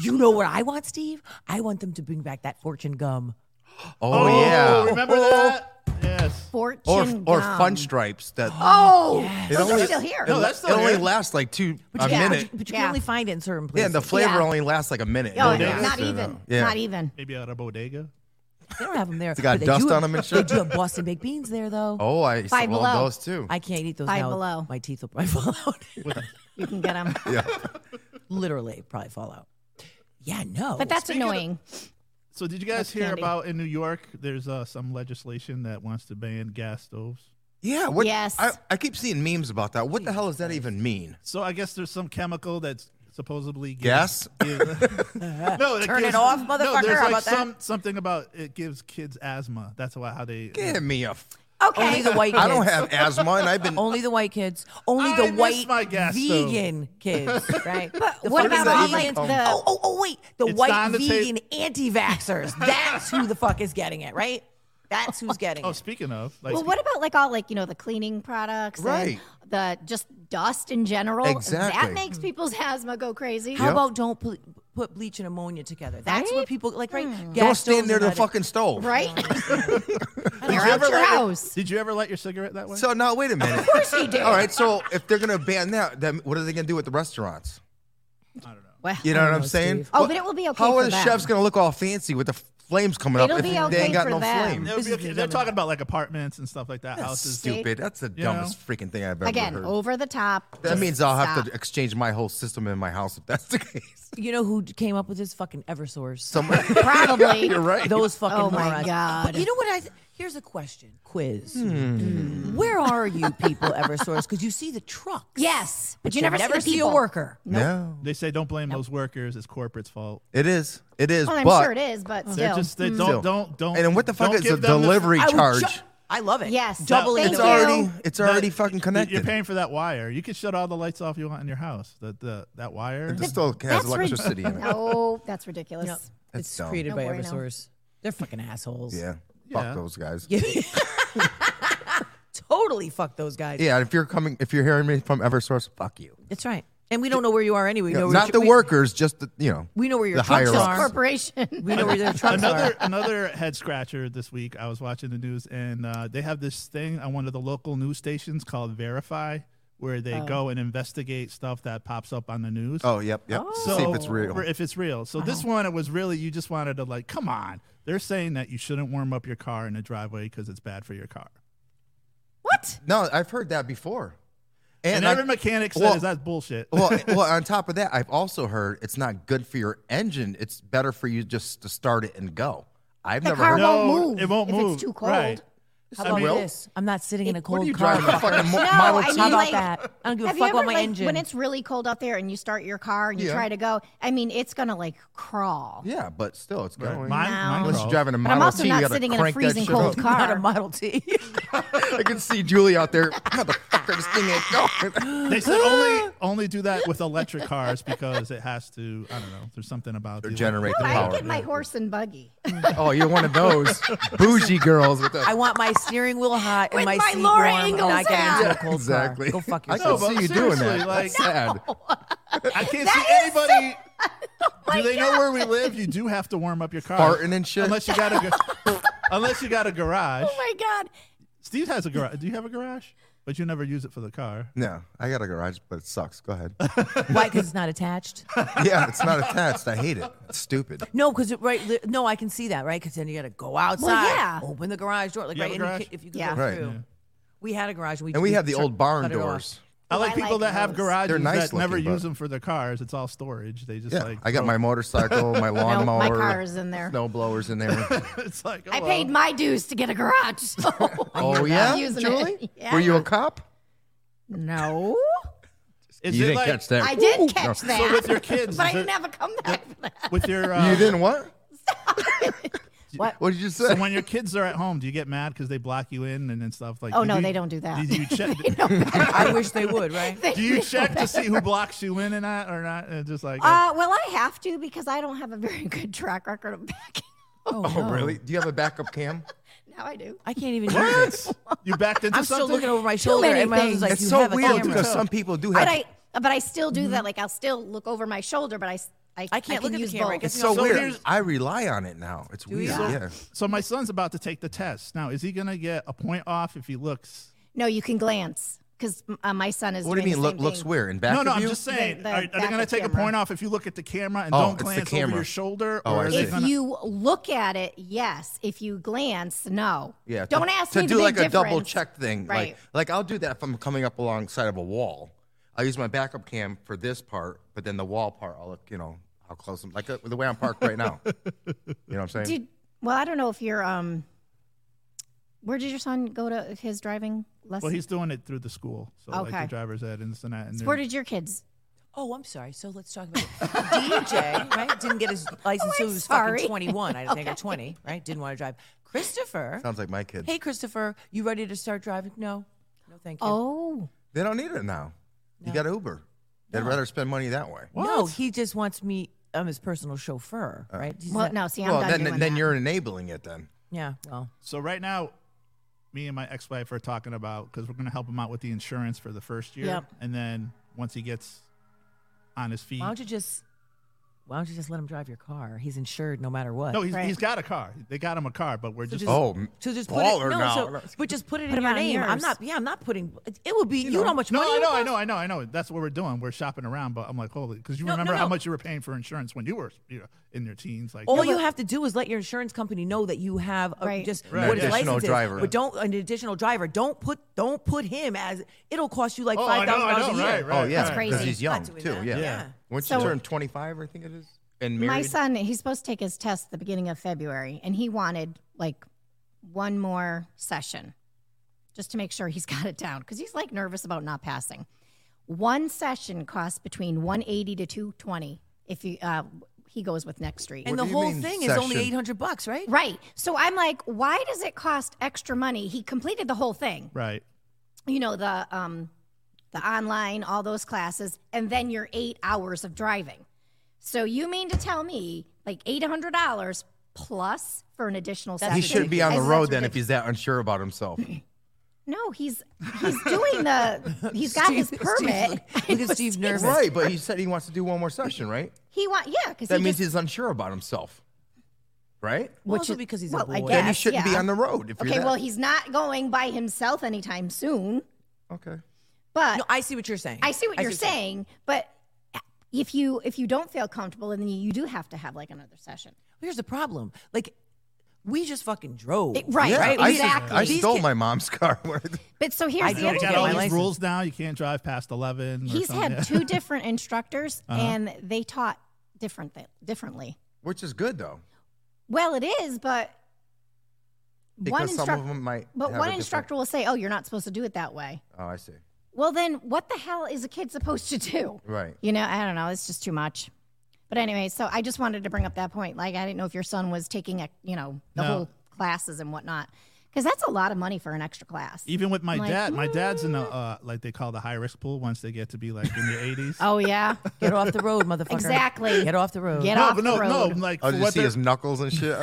You know what I want, Steve? I want them to bring back that fortune gum. Oh, yeah. Oh. remember that? Yes. fortune Or or gum. fun stripes that Oh, It those only- are still here. No, that's it still only here. lasts like two a yeah, minute. But you Yeah. can only find it in certain places. Yeah, and the flavor Yeah. only lasts like a minute. Oh, It yeah. doesn't not last that even. long. Yeah. Not even. Maybe at a bodega. they don't have them there. It's got But they dust do have- on 'em and They shit. do have Boston baked beans there, though. Oh, I used to Five love Below. those too. I can't eat those Five now. Below. My teeth will probably fall out. You can get them. yeah. Literally, probably fall out. Yeah, no. But that's Speaking of- annoying. So did you guys hear candy. about in New York? There's uh, some legislation that wants to ban gas stoves. Yeah. What, Yes. I, I keep seeing memes about that. What the hell does that even mean? So I guess there's some chemical that's supposedly gives, Gas? give- no, Turn it off, No, motherfucker. there's like How about that? some something about it gives kids asthma. That's why how they. Give me a. F- Okay. only the white kids. I don't have asthma, and I've been. Only the white kids. Only I the miss white my gas stove. vegan kids, right? But The what fucking about all that like even the? oh, oh, oh, wait. The It's white on the ta- vegan anti-vaxxers. That's who the fuck is getting it, right? That's who's getting Oh, it. speaking of, like, Well, what about like all like you know the cleaning products, and Right. the just dust in general. Exactly. That makes people's asthma go crazy. How about don't put, put bleach and ammonia together? That's what people like, right? Hmm. Don't Gas stand stoves near and the that- fucking stove. Right? Did You're you out ever your light it- house. Did you ever light your cigarette that way? So now, wait a minute. Of course you do. All right. So if they're gonna ban that, then what are they gonna do with the restaurants? Well, You know what I'm know, saying? Steve. Oh, What- but it will be okay How are for the them. chefs gonna look all fancy with the f- flames coming It'll up be if they okay ain't got for no them. flame? That would be okay. They're talking about like apartments and stuff like that. That's houses. stupid. That's the know? dumbest freaking thing I've ever Again, heard. over the top. that just means I'll have stop. to exchange my whole system in my house if that's the case. You know who came up with this fucking EverSource? Somewhere. Probably. You're right. Those fucking Oh my morons. God. But you know what? I here's a question quiz. Hmm. Where are you people, EverSource? Because you see the trucks. Yes, but but you, you never, never see the see, a people. worker. No, They say don't blame those workers. It's corporate's fault. it is. It is. Well, I'm but sure it is, but They're still. just they Hmm. Still. don't don't don't. And then what the fuck don't is give a them the- delivery I would charge? ju- I love it. Yes. double Thank the it's you. already. It's already that- fucking connected. You're paying for that wire. You can shut all the lights off you want in your house. That the that wire. It still has That's rid- electricity in it. No, that's ridiculous. No, That's it's dumb. created No by bueno. EverSource. They're fucking assholes. Yeah. Yeah. Fuck those guys. Yeah. Yeah. totally fuck those guys. If you're coming, if you're hearing me from EverSource, fuck you. That's right. And we don't know where you are anyway. We know where Not your- the we- workers, just the you know. We know where your the trucks higher are. ups. Corporation. We know where their trucks another are. another head scratcher this week. I was watching the news and uh, they have this thing on one of the local news stations called Verify, where they go and investigate stuff that pops up on the news. Oh, yep, yep. So See if it's real. or if it's real. So this one, it was really you just wanted to like, come on. They're saying that you shouldn't warm up your car in the driveway because it's bad for your car. what? No, I've heard that before. And, I- every mechanic says well- that's bullshit. well, well, on top of that, I've also heard it's not good for your engine. It's better for you just to start it and go. I've The never car heard. No, won't move it won't if move. it's too cold. Right. How I about mean- this? I'm not sitting in a What cold are you car. driving? A fucking mo- No, Model I T? mean, How about like- that? I don't give a Have fuck you ever, about my like, engine. when it's really cold out there and you start your car and you Yeah. try to go? I mean, it's gonna like crawl. Yeah, but still, it's Right. going. Mine- No. mine Unless crawls. you're driving a But I'm Model also T, you not gotta sitting in a crank that freezing shit cold up. not a car. Model T. I can see Julie out there. Motherfucker, this thing ain't going. They said only only do that with electric cars because it has to. I don't know. There's something about Or the generate the I power. can get my horse and buggy. oh, you're one of those bougie girls with the. I want my steering wheel hot and With my, my seat Laura warm. and Ingalls not getting into a hat. cold car. exactly. Go fuck I yourself. can No, see but you doing seriously, that. like- That's sad. I can't That is see anybody. do they know where we live? You do have to warm up your car. Farting and shit. Unless you got a ga- unless you got a garage. Oh my god! Steve has a garage. Do you have a garage? But you never use it for the car. No, I got a garage, but it sucks. Go ahead. Why? Because it's not attached. yeah, it's not attached. I hate it. It's stupid. No, because right. li- No, I can see that. Right, because then you got to go outside. yeah. Open the garage door. Like You have right. a and garage? you can, if you could Yeah. go Right. through. Yeah. We had a garage. We, And we have the tr- old barn cut it off. doors. I like Oh, I people like that have those. garages They're nice that never looking, use but- them for their cars. It's all storage. They just Yeah, like I got my motorcycle, my No, lawnmower, my car is in there. snow blowers in there. It's like oh, I well. paid my dues to get a garage. So oh I'm yeah, using Julie, It. Yeah. were you a cop? No, Is you it didn't like, catch that. I Ooh. did catch No. that. So with your kids, but I is it- didn't have a comeback for that. with your uh, You didn't what? What? What did you say? So when your kids are at home, do you get mad because they block you in and, and stuff like? Oh do no, you- they don't do that. Do you check? I wish they would. Right. do you check to see who blocks you in and not or not? And just like Uh, well, I have to because I don't have a very good track record of backing. Oh, oh no. really? Do you have a backup cam? Now I do. I can't even. Use it. you backed into I'm still something. looking over my shoulder. many and my husband's like, it's you so have a weird camera. because some people do have. But I, but I still do Mm-hmm. that. Like I'll still look over my shoulder, but I, s- I, I can't can look at the use camera. I both. guess it's so, So weird. here's- I rely on it now. It's weird. you? Yeah. So my son's about to take the test. Now, is he gonna get a point off if he looks? No, you can glance because uh, my son is. What do doing you mean? the same Look, looks thing. weird in back no, no. of I'm you? just saying. The- the are, are they gonna backup take a camera. point off if you look at the camera and Oh, don't it's the glance over camera. your shoulder? Oh, or I is see. it If gonna, you look at it, yes. If you glance, no. Yeah. to- Don't ask to me do the like big a double difference. check thing. Right. Like, like I'll do that if I'm coming up alongside of a wall. I use my backup cam for this part, but then the wall part, I'll look. You know, I'll close them like uh, the way I'm parked right now. you know what I'm saying? Did, well, I don't know if you're. Um, where did your son go to his driving lesson? well, he's doing it through the school, so like Okay. the driver's ed and this and that. And where they're- did your kids? Oh, I'm sorry. So let's talk about DJ, right? Didn't get his license till he I'm was sorry. fucking 21, I think, or 20, right? Didn't want to drive. Christopher, Sounds like my kids. hey, Christopher, you ready to start driving? No, no, thank you. Oh, They don't need it now. You got Uber. They'd rather spend money that way. no, he just wants me. I'm his personal chauffeur, Uh, right? He's well, not- no. See, I'm well, done then doing then that. you're enabling it then. Yeah, well, So right now, me and my ex-wife are talking about because we're going to help him out with the insurance for the first year, Yep. and then once he gets on his feet, why don't you just, why don't you just let him drive your car? He's insured no matter what. no, he's, Right. he's got a car. They got him a car, but we're So just, just- Oh, m- So just put baller it, no, now. So, but just put it in him your on name. I'm yours. not. Yeah, I'm not putting. It would be. You, know how much no, money? I it know, would I cost? know, I know, I know. That's what we're doing. We're shopping around, but I'm like, holy, because you No, remember no, how no. much you were paying for insurance when you were you know, in your teens, like All you have to do is let your insurance company know that you have a, Right. just Right. what his Additional license driver. is, but don't an additional driver. Don't put don't put him as it'll cost you like Oh, five I know, thousand I dollars a know, year. right, oh yeah, That's because crazy. he's young Not doing too. that. Yeah. Yeah. Once So- you turn 25, I think it is, and married. My son, he's supposed to take his test the beginning of February, and he wanted like one more session just to make sure he's got it down because he's like nervous about not passing. One session costs between 180 to 220 if you, uh, he goes with next street. And What the do you whole mean thing is only session? eight hundred bucks, right? right. So I'm like, why does it cost extra money? He completed the whole thing, right. you know, the, um, the online, all those classes, and then your eight hours of driving. So you mean to tell me like $800 plus for an additional That's session? he should be on I the said, road "That's then if he's that unsure about himself. No, he's he's doing the he's got his Steve- permit. Steve, look at Steve nervous. Right, but he said he wants to do one more session, right? He want yeah because That he means just, he's unsure about himself, right? Well, which also is- because he's well, a boy. I Then he Yes, shouldn't be yeah. on the road. If okay. You're that- Well, he's not going by himself anytime soon. okay. But No, I see what you're saying. I see what you're saying, saying. but if you if you don't feel comfortable, then you, you do have to have like another session. Here's the problem. Like, we just fucking drove. It- right, Yeah, right, I, st- exactly. I These stole kid- my mom's car. But so here's I the don't other They got get it. all My these thing. license. rules now. You can't drive past eleven. or He's something. had two different instructors, Uh-huh. and they taught different th- differently. Which is good though, Well, it is, but one because some instructor, of them might. but have one a different- instructor will say, "Oh, you're not supposed to do it that way." Oh, I see. Well, then what the hell is a kid supposed to do? Right. You know, I don't know. It's just too much. But anyway, so I just wanted to bring up that point. Like, I didn't know if your son was taking a, you know, the No. whole classes and whatnot, because that's a lot of money for an extra class. Even with my Like, dad, my dad's in the uh, like they call the high risk pool. Once they get to be like in the eighties. Oh yeah, Get off the road, motherfucker. Exactly. Get off the road. Get no, off but the no, road. Ah, no. Like Oh, for did you what see they're- his knuckles and shit?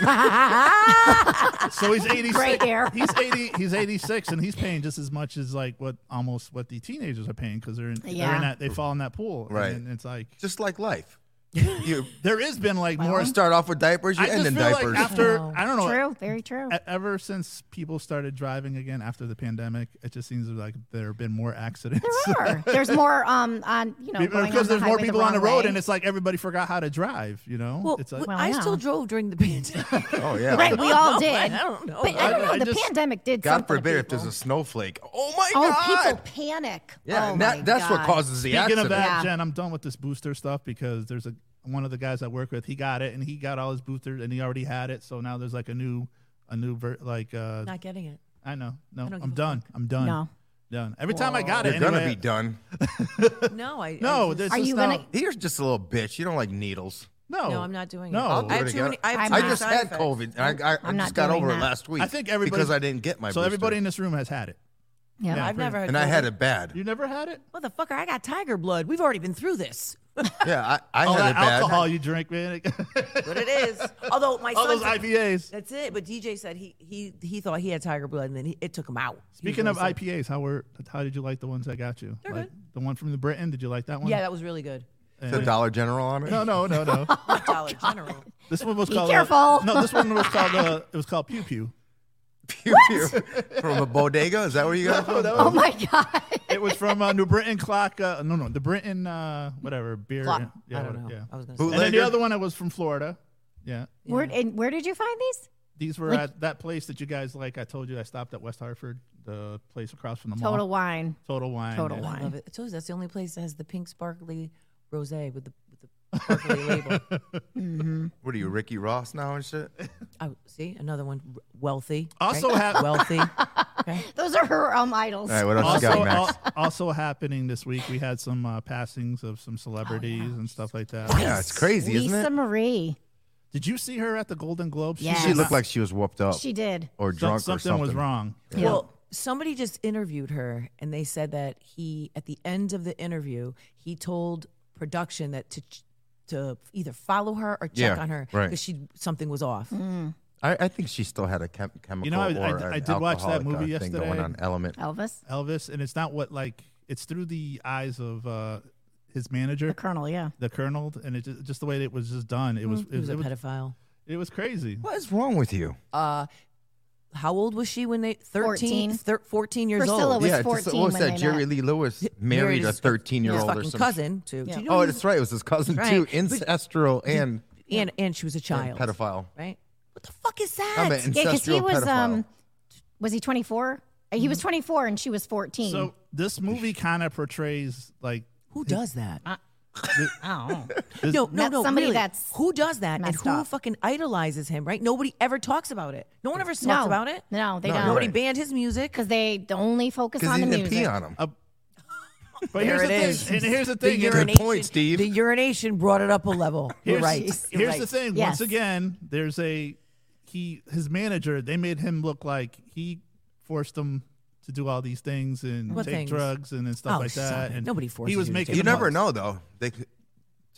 So he's 86. Great hair. He's 80. He's 86, and he's paying just as much as like what almost what the teenagers are paying because they're in, they're Yeah. in that they fall in that pool. Right. And it's like Just like life, you there has been like more. you start off with diapers, you I just end in feel diapers. like after I don't know. true, very true. e- Ever since people started driving again after the pandemic, it just seems like there have been more accidents. There are. There's more um on you know going on because the there's more highway people on the wrong road, way. and it's like everybody forgot how to drive. You know, Well, it's like w- Well, I yeah. still drove during the pandemic. oh yeah. right. We all did. I don't know. But I don't know. oh, I the just- pandemic did. God something to forbid if there's people. a snowflake. Oh my Oh, god. people panic. Yeah, Oh, and my that, that's what God. causes the Speaking accident. of that, Yeah. Jen, I'm done with this booster stuff because there's a one of the guys I work with. He got it, and he got all his boosters, and he already had it. So now there's like a new, a new ver- like. Uh, Not getting it. I know, no, don't I'm give a done. I'm done. No. done. Every time I got You're it, gonna anyway- be done. No, I. I No, just- this Are is you not- gonna- You're just a little bitch. You don't like needles. No, no, I'm not doing No. it. I'll do I it have too again. many. I, have I'm too I many not. just side had effects. COVID. And I, I, I I'm not just got doing over it that. last week. I think everybody because I didn't get my So booster. everybody in this room has had it. Yeah. I've never had. and I had COVID. it bad. You never had it? Motherfucker, I got tiger blood. We've already been through this. Yeah, I, I All had that it bad. Oh, alcohol you drink, man. But it is. Although my all those son's IPAs. That's it. But DJ said he he he thought he had tiger blood, and then he, it took him out. He Speaking really of said- IPAs, how were how did you like the ones I got you? They're like good. the one from the Britain, did you like that one? yeah, that was really good. The Dollar General on it. No, no, no, no. Dollar General. This one was Be called. uh, careful. no, this one was called. Uh, it was called Pew Pew. Pew, pew. From a bodega. Is that where you got it from? Oh my God. It was from uh, New Britain Clock. Uh, no, no, the Britain uh, whatever beer. Clock. Yeah, I don't know. Yeah. I was gonna Who- say. And then the Lager. other one that was from Florida. Yeah, Where and where did you find these? these were at that place that you guys like. I told you I stopped at West Hartford, the place across from the mall. Total wine. Total wine. Total yeah. I wine. love it. I told you that's the only place that has the pink sparkly rosé with the, with the sparkly label. What are you, Ricky Ross now and shit? Oh, see another one. R- Wealthy. Also right? have- wealthy. Okay. Those are her um idols. All right, what else you Also, got, Max? al- also happening this week, we had some uh, passings of some Oh, celebrities and stuff like that. yeah, it's crazy, Lisa isn't it? Marie. Did you see her at the Golden Globes? Yes. She looked like she was whooped up She did. or Some- drunk or something something. was wrong. Yeah. Well, somebody just interviewed her, and they said that he, at the end of the interview, he told production that to ch- to either follow her or check Yeah, on her right. she something was off. Mm. I, I think she still had a chem- chemical I- I or d- an I did watch that alcoholic, movie uh, thing going yesterday. on, Element. Elvis, Elvis, and it's not what like it's through the eyes of uh, his manager, the Colonel. Yeah. the colonel, and it just, just the way that it was just done. It was Mm, He it was, was a it was, pedophile. it was crazy. What is wrong with you? Uh, how old was she when they 13, 14. thir- 14 years Priscilla old? was yeah, just, 14 what was when that? they Jerry met. Lee Lewis married a his- 13 year his old or fucking some cousin too. Do you know Oh, he- that's right. It was his cousin Right. too, But- ancestral and, and and she was a Oh, and child, pedophile. Oh, right? What the fuck is that? I'm an Yeah, because ancestral he was pedophile. Mm-hmm. um, was he 24? Uh, He was 24 and she was 14. So this movie kind of portrays like Who does that? oh. this, No, no, That's no. somebody really. that's who does that and messed who up. fucking idolizes him, right? Nobody ever talks about it. No one ever talks no, about it. No, they No, don't. you're Nobody right. banned his music. Because they only focus because on he the didn't music. pee on Uh, him. But here's There the it thing, is. and here's the thing. Good here's- urination- point, Steve. The urination brought it up a level. You're Here's, right. You're here's right. the thing. Yes. Once again, there's a he his manager. They made him look like he forced him to do all these things and What take things? drugs and, and stuff Oh, like stop that. it. And Nobody forces He was you to making do You him never look- know though. They could,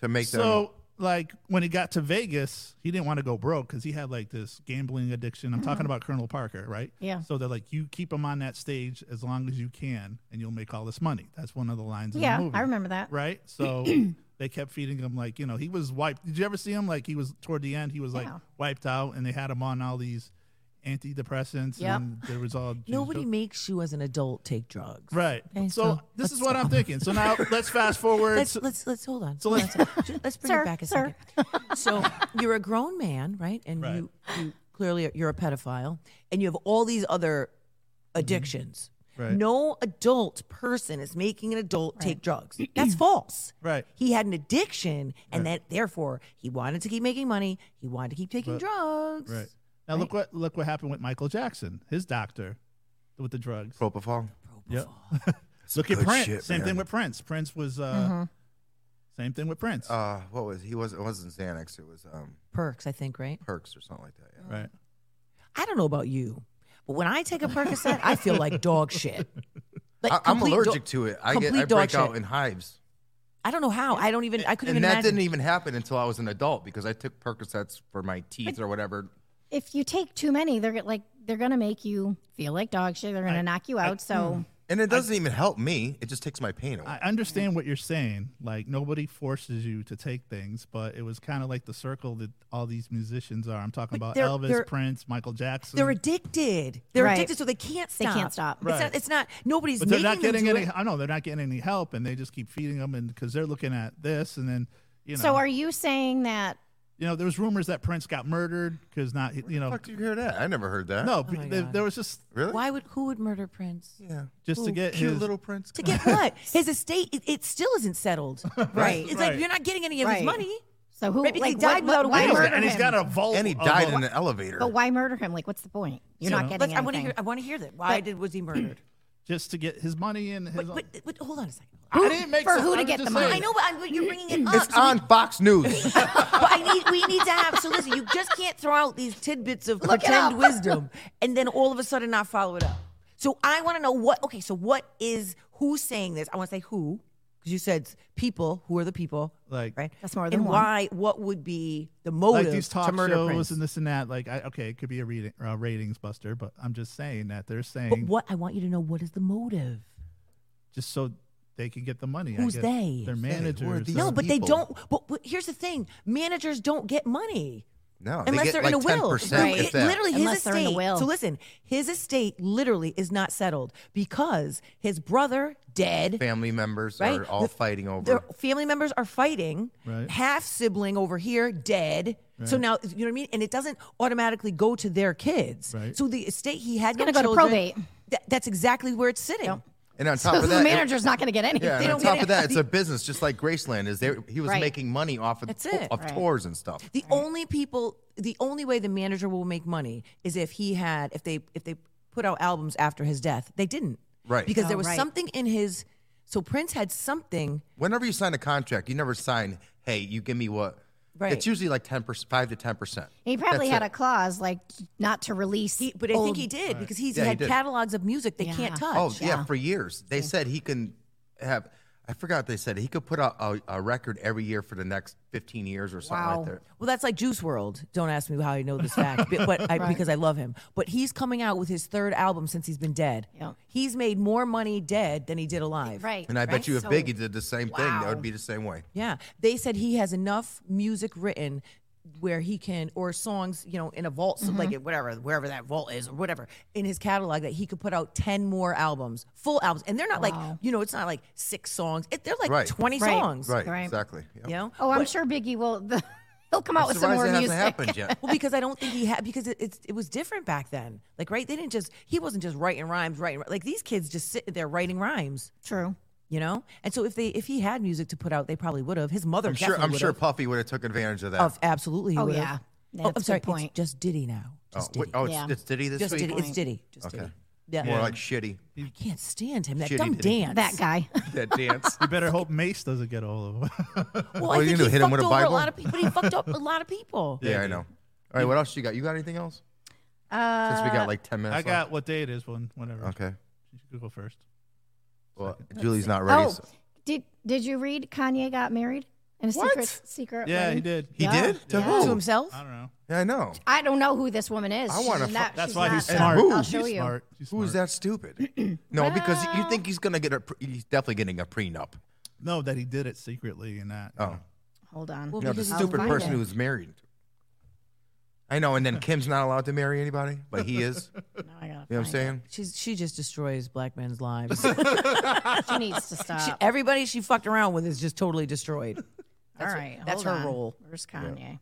to make them So like when he got to Vegas, he didn't want to go broke because he had like this gambling addiction. I'm talking about Colonel Parker, right? Mm-hmm. Yeah. So they're like, you keep him on that stage as long as you can, and you'll make all this money. That's one of the lines. in the Yeah, movie, I remember that. Right. So they kept feeding him like you know he was wiped. Did you ever see him like he was toward the end? He was like Yeah. wiped out, and they had him on all these antidepressants, Yep. and there was all Nobody juiced up- makes you as an adult take drugs. Right. Okay, so, so this let's is what I'm thinking. So now let's fast forward. Let's So- let's let's hold on. So So let's- let's let's bring Sir, it back a sir. second. So you're a grown man, right? And Right. you you clearly are- you're a pedophile, and you have all these other addictions. Right. No adult person is making an adult take drugs. That's false. Right. He had an addiction, and that therefore he wanted to keep making money. He wanted to keep taking drugs. Right. Now look what look what happened with Michael Jackson, his doctor, with the drugs. Propofol. Yep. look at good Prince. shit, same man. thing with Prince. Prince was uh, Mm-hmm. same thing with Prince. Uh, what was he? Was it wasn't Xanax? It was um Perks, I think, right? Perks or something like that. Yeah. right. I don't know about you, but when I take a Percocet, I feel like dog shit. Like I, am complete allergic dog- to it. I get complete I dog break shit. out in hives, I don't know how. I don't even. I and couldn't even that imagine. didn't even happen until I was an adult because I took Percocets for my teeth or whatever. If you take too many, they're get- like they're gonna make you feel like dog shit. They're gonna knock you out. so And it doesn't even help me. It just takes my pain away. I understand what you're saying. Like nobody forces you to take things, but it was kind of like the circle that all these musicians are. I'm talking about they're- Elvis, they're- Prince, Michael Jackson. they're addicted. They're Right. addicted, so they can't They stop. can't stop. It's, Right. not, it's not. Nobody's but they're making not getting them do any. it. I know they're not getting any help, and they just keep feeding them, and because they're looking at this, and then you know, so are you saying that you know, there was rumors that Prince got murdered because not you know, Fuck, did you hear that? I never heard that. no, there, there was just really. Why would who would murder Prince? Yeah. just to Ooh, get cute his little prince. To get what? His estate. It, it still isn't settled. Right. It's Right. like you're not getting any of Right. his money. so who Right, because like he died what- without a why will. murder and he's him? got a vault. and he a died in vault- an elevator. But why murder him? Like what's the point? You're Yeah. not getting Let's, I want to anything. hear. I want to hear that. Why did was he murdered? just to get his money and his. But, but, but hold on a second. I didn't make for some- who to I'm get just the money? saying. I know, but, I'm, but you're bringing it up. It's so we- on Fox News. but I need. We need to have. So listen, you just can't throw out these tidbits of pretend wisdom and then all of a sudden not follow it up. So I want to know what. Okay, so what is who's saying this? I want to say who because you said people. Who are the people? Like- right? That's more than and one. why? What would be the motive like these to talk murder shows Prince? and this and that. Like, I, okay, it could be a reading, uh, ratings buster, but I'm just saying that they're saying What I want you to know what is the motive? just so they can get the money. Who's I guess. they? Their Who's managers. Who are these or- No, but they people. don't. But, but here's the thing: managers don't get money. No, unless they are get in a like ten will. percent. Right. If It- that. literally, his Unless they're in a estate. will. So listen, his estate literally is not settled because his brother dead. family members right? are all The- fighting over. Their family members are fighting. Right. Half sibling over here dead. So now you know what I mean, and it doesn't automatically go to their kids. Right. So the estate he had no gonna go to children. probate. Tha- that's exactly where it's sitting. and on top So of that, the it- manager's not gonna get anything. yeah, and on don't get top of that, it. it's a business, just like Graceland is. There, he was Right. making money off of, That's it. of Right. tours and stuff. The only people, the only way the manager will make money is if he had, if they, if they put out albums after his death. They didn't, Right. Because Oh, there was right. something in his. So Prince had something. Whenever you sign a contract, you never sign, "Hey, you give me what." Right. It's usually like ten percent, five to ten percent. He probably had a clause like not to release. He, but I old, think he did because he's Yeah, he had did. catalogs of music they can't touch. Oh yeah. for years they said he can have. I forgot they said he could put out a, a record every year for the next fifteen years or something Wow. like that. Well, that's like Juice World. Don't ask me how I know this fact, but, but I, because I love him. But he's coming out with his third album since he's been dead. Yeah. He's made more money dead than he did alive. right. And I right? bet you if So- Biggie did the same thing, that Wow. would be the same way. Yeah. They said he has enough music written where he can, or songs, you know, in a vault, so Mm-hmm. like whatever, wherever that vault is, or whatever, in his catalog, that he could put out 10 more albums, full albums. And they're not like, you know, it's not like six songs. It, they're like Right. 20 Right. songs. Right, Right. exactly. Yep. You know? Oh, I'm sure Biggie will. The, he'll come out with some Surprised more it hasn't happened music. yet. Well, because I don't think he had because it, it's it was different back then. Like, right? They didn't just he wasn't just writing rhymes, writing like these kids just sit there writing rhymes, True. you know. And so if they if he had music to put out, they probably would have. His mother, I'm sure. I'm sure Puffy would have took advantage of that. of absolutely. he Oh, would've. yeah. That's oh, a I'm good sorry. point. It's just Diddy now. oh, Just wait, Diddy. oh, it's, Yeah. it's Diddy this just week. Diddy. It's Diddy. Just Okay. Diddy. Yeah. More like shitty. I can't stand him. That Shitty dumb Diddy. dance. That guy. That dance. You better hope Mace doesn't get all of them. Well, What I are you think gonna he do, hit him fucked with a over a Bible? lot of people. But he fucked up a lot of people. yeah, I know. All right, what else you got? You got anything else? Uh, Since we got like ten minutes. I got what day it is when whenever. Left. Okay. You should go first. Well, Julie's not ready. oh, so- did did you read Kanye got married? And a What? secret secret. Yeah, one. he did. He Yeah. did to Yeah. who? to himself. I don't know. Yeah, I know. I don't know who this woman is. I She's wanna fu- not- That's she's why not- he's smart. Who? I'll He's show He's you. smart. He's Who is smart. that stupid? no, because you Well- think he's gonna get a. Pre- he's definitely getting a prenup. No, that he did it secretly and that. Oh. Hold on. Well, No, the because- stupid find person it. who's married. I know, and then Kim's not allowed to marry anybody, but he is. You Now I gotta know what I'm find saying? She's she just destroys black men's lives. it. She needs to stop. She- everybody she fucked around with is just totally destroyed. All That's- right. that's hold her on. role. Where's Kanye?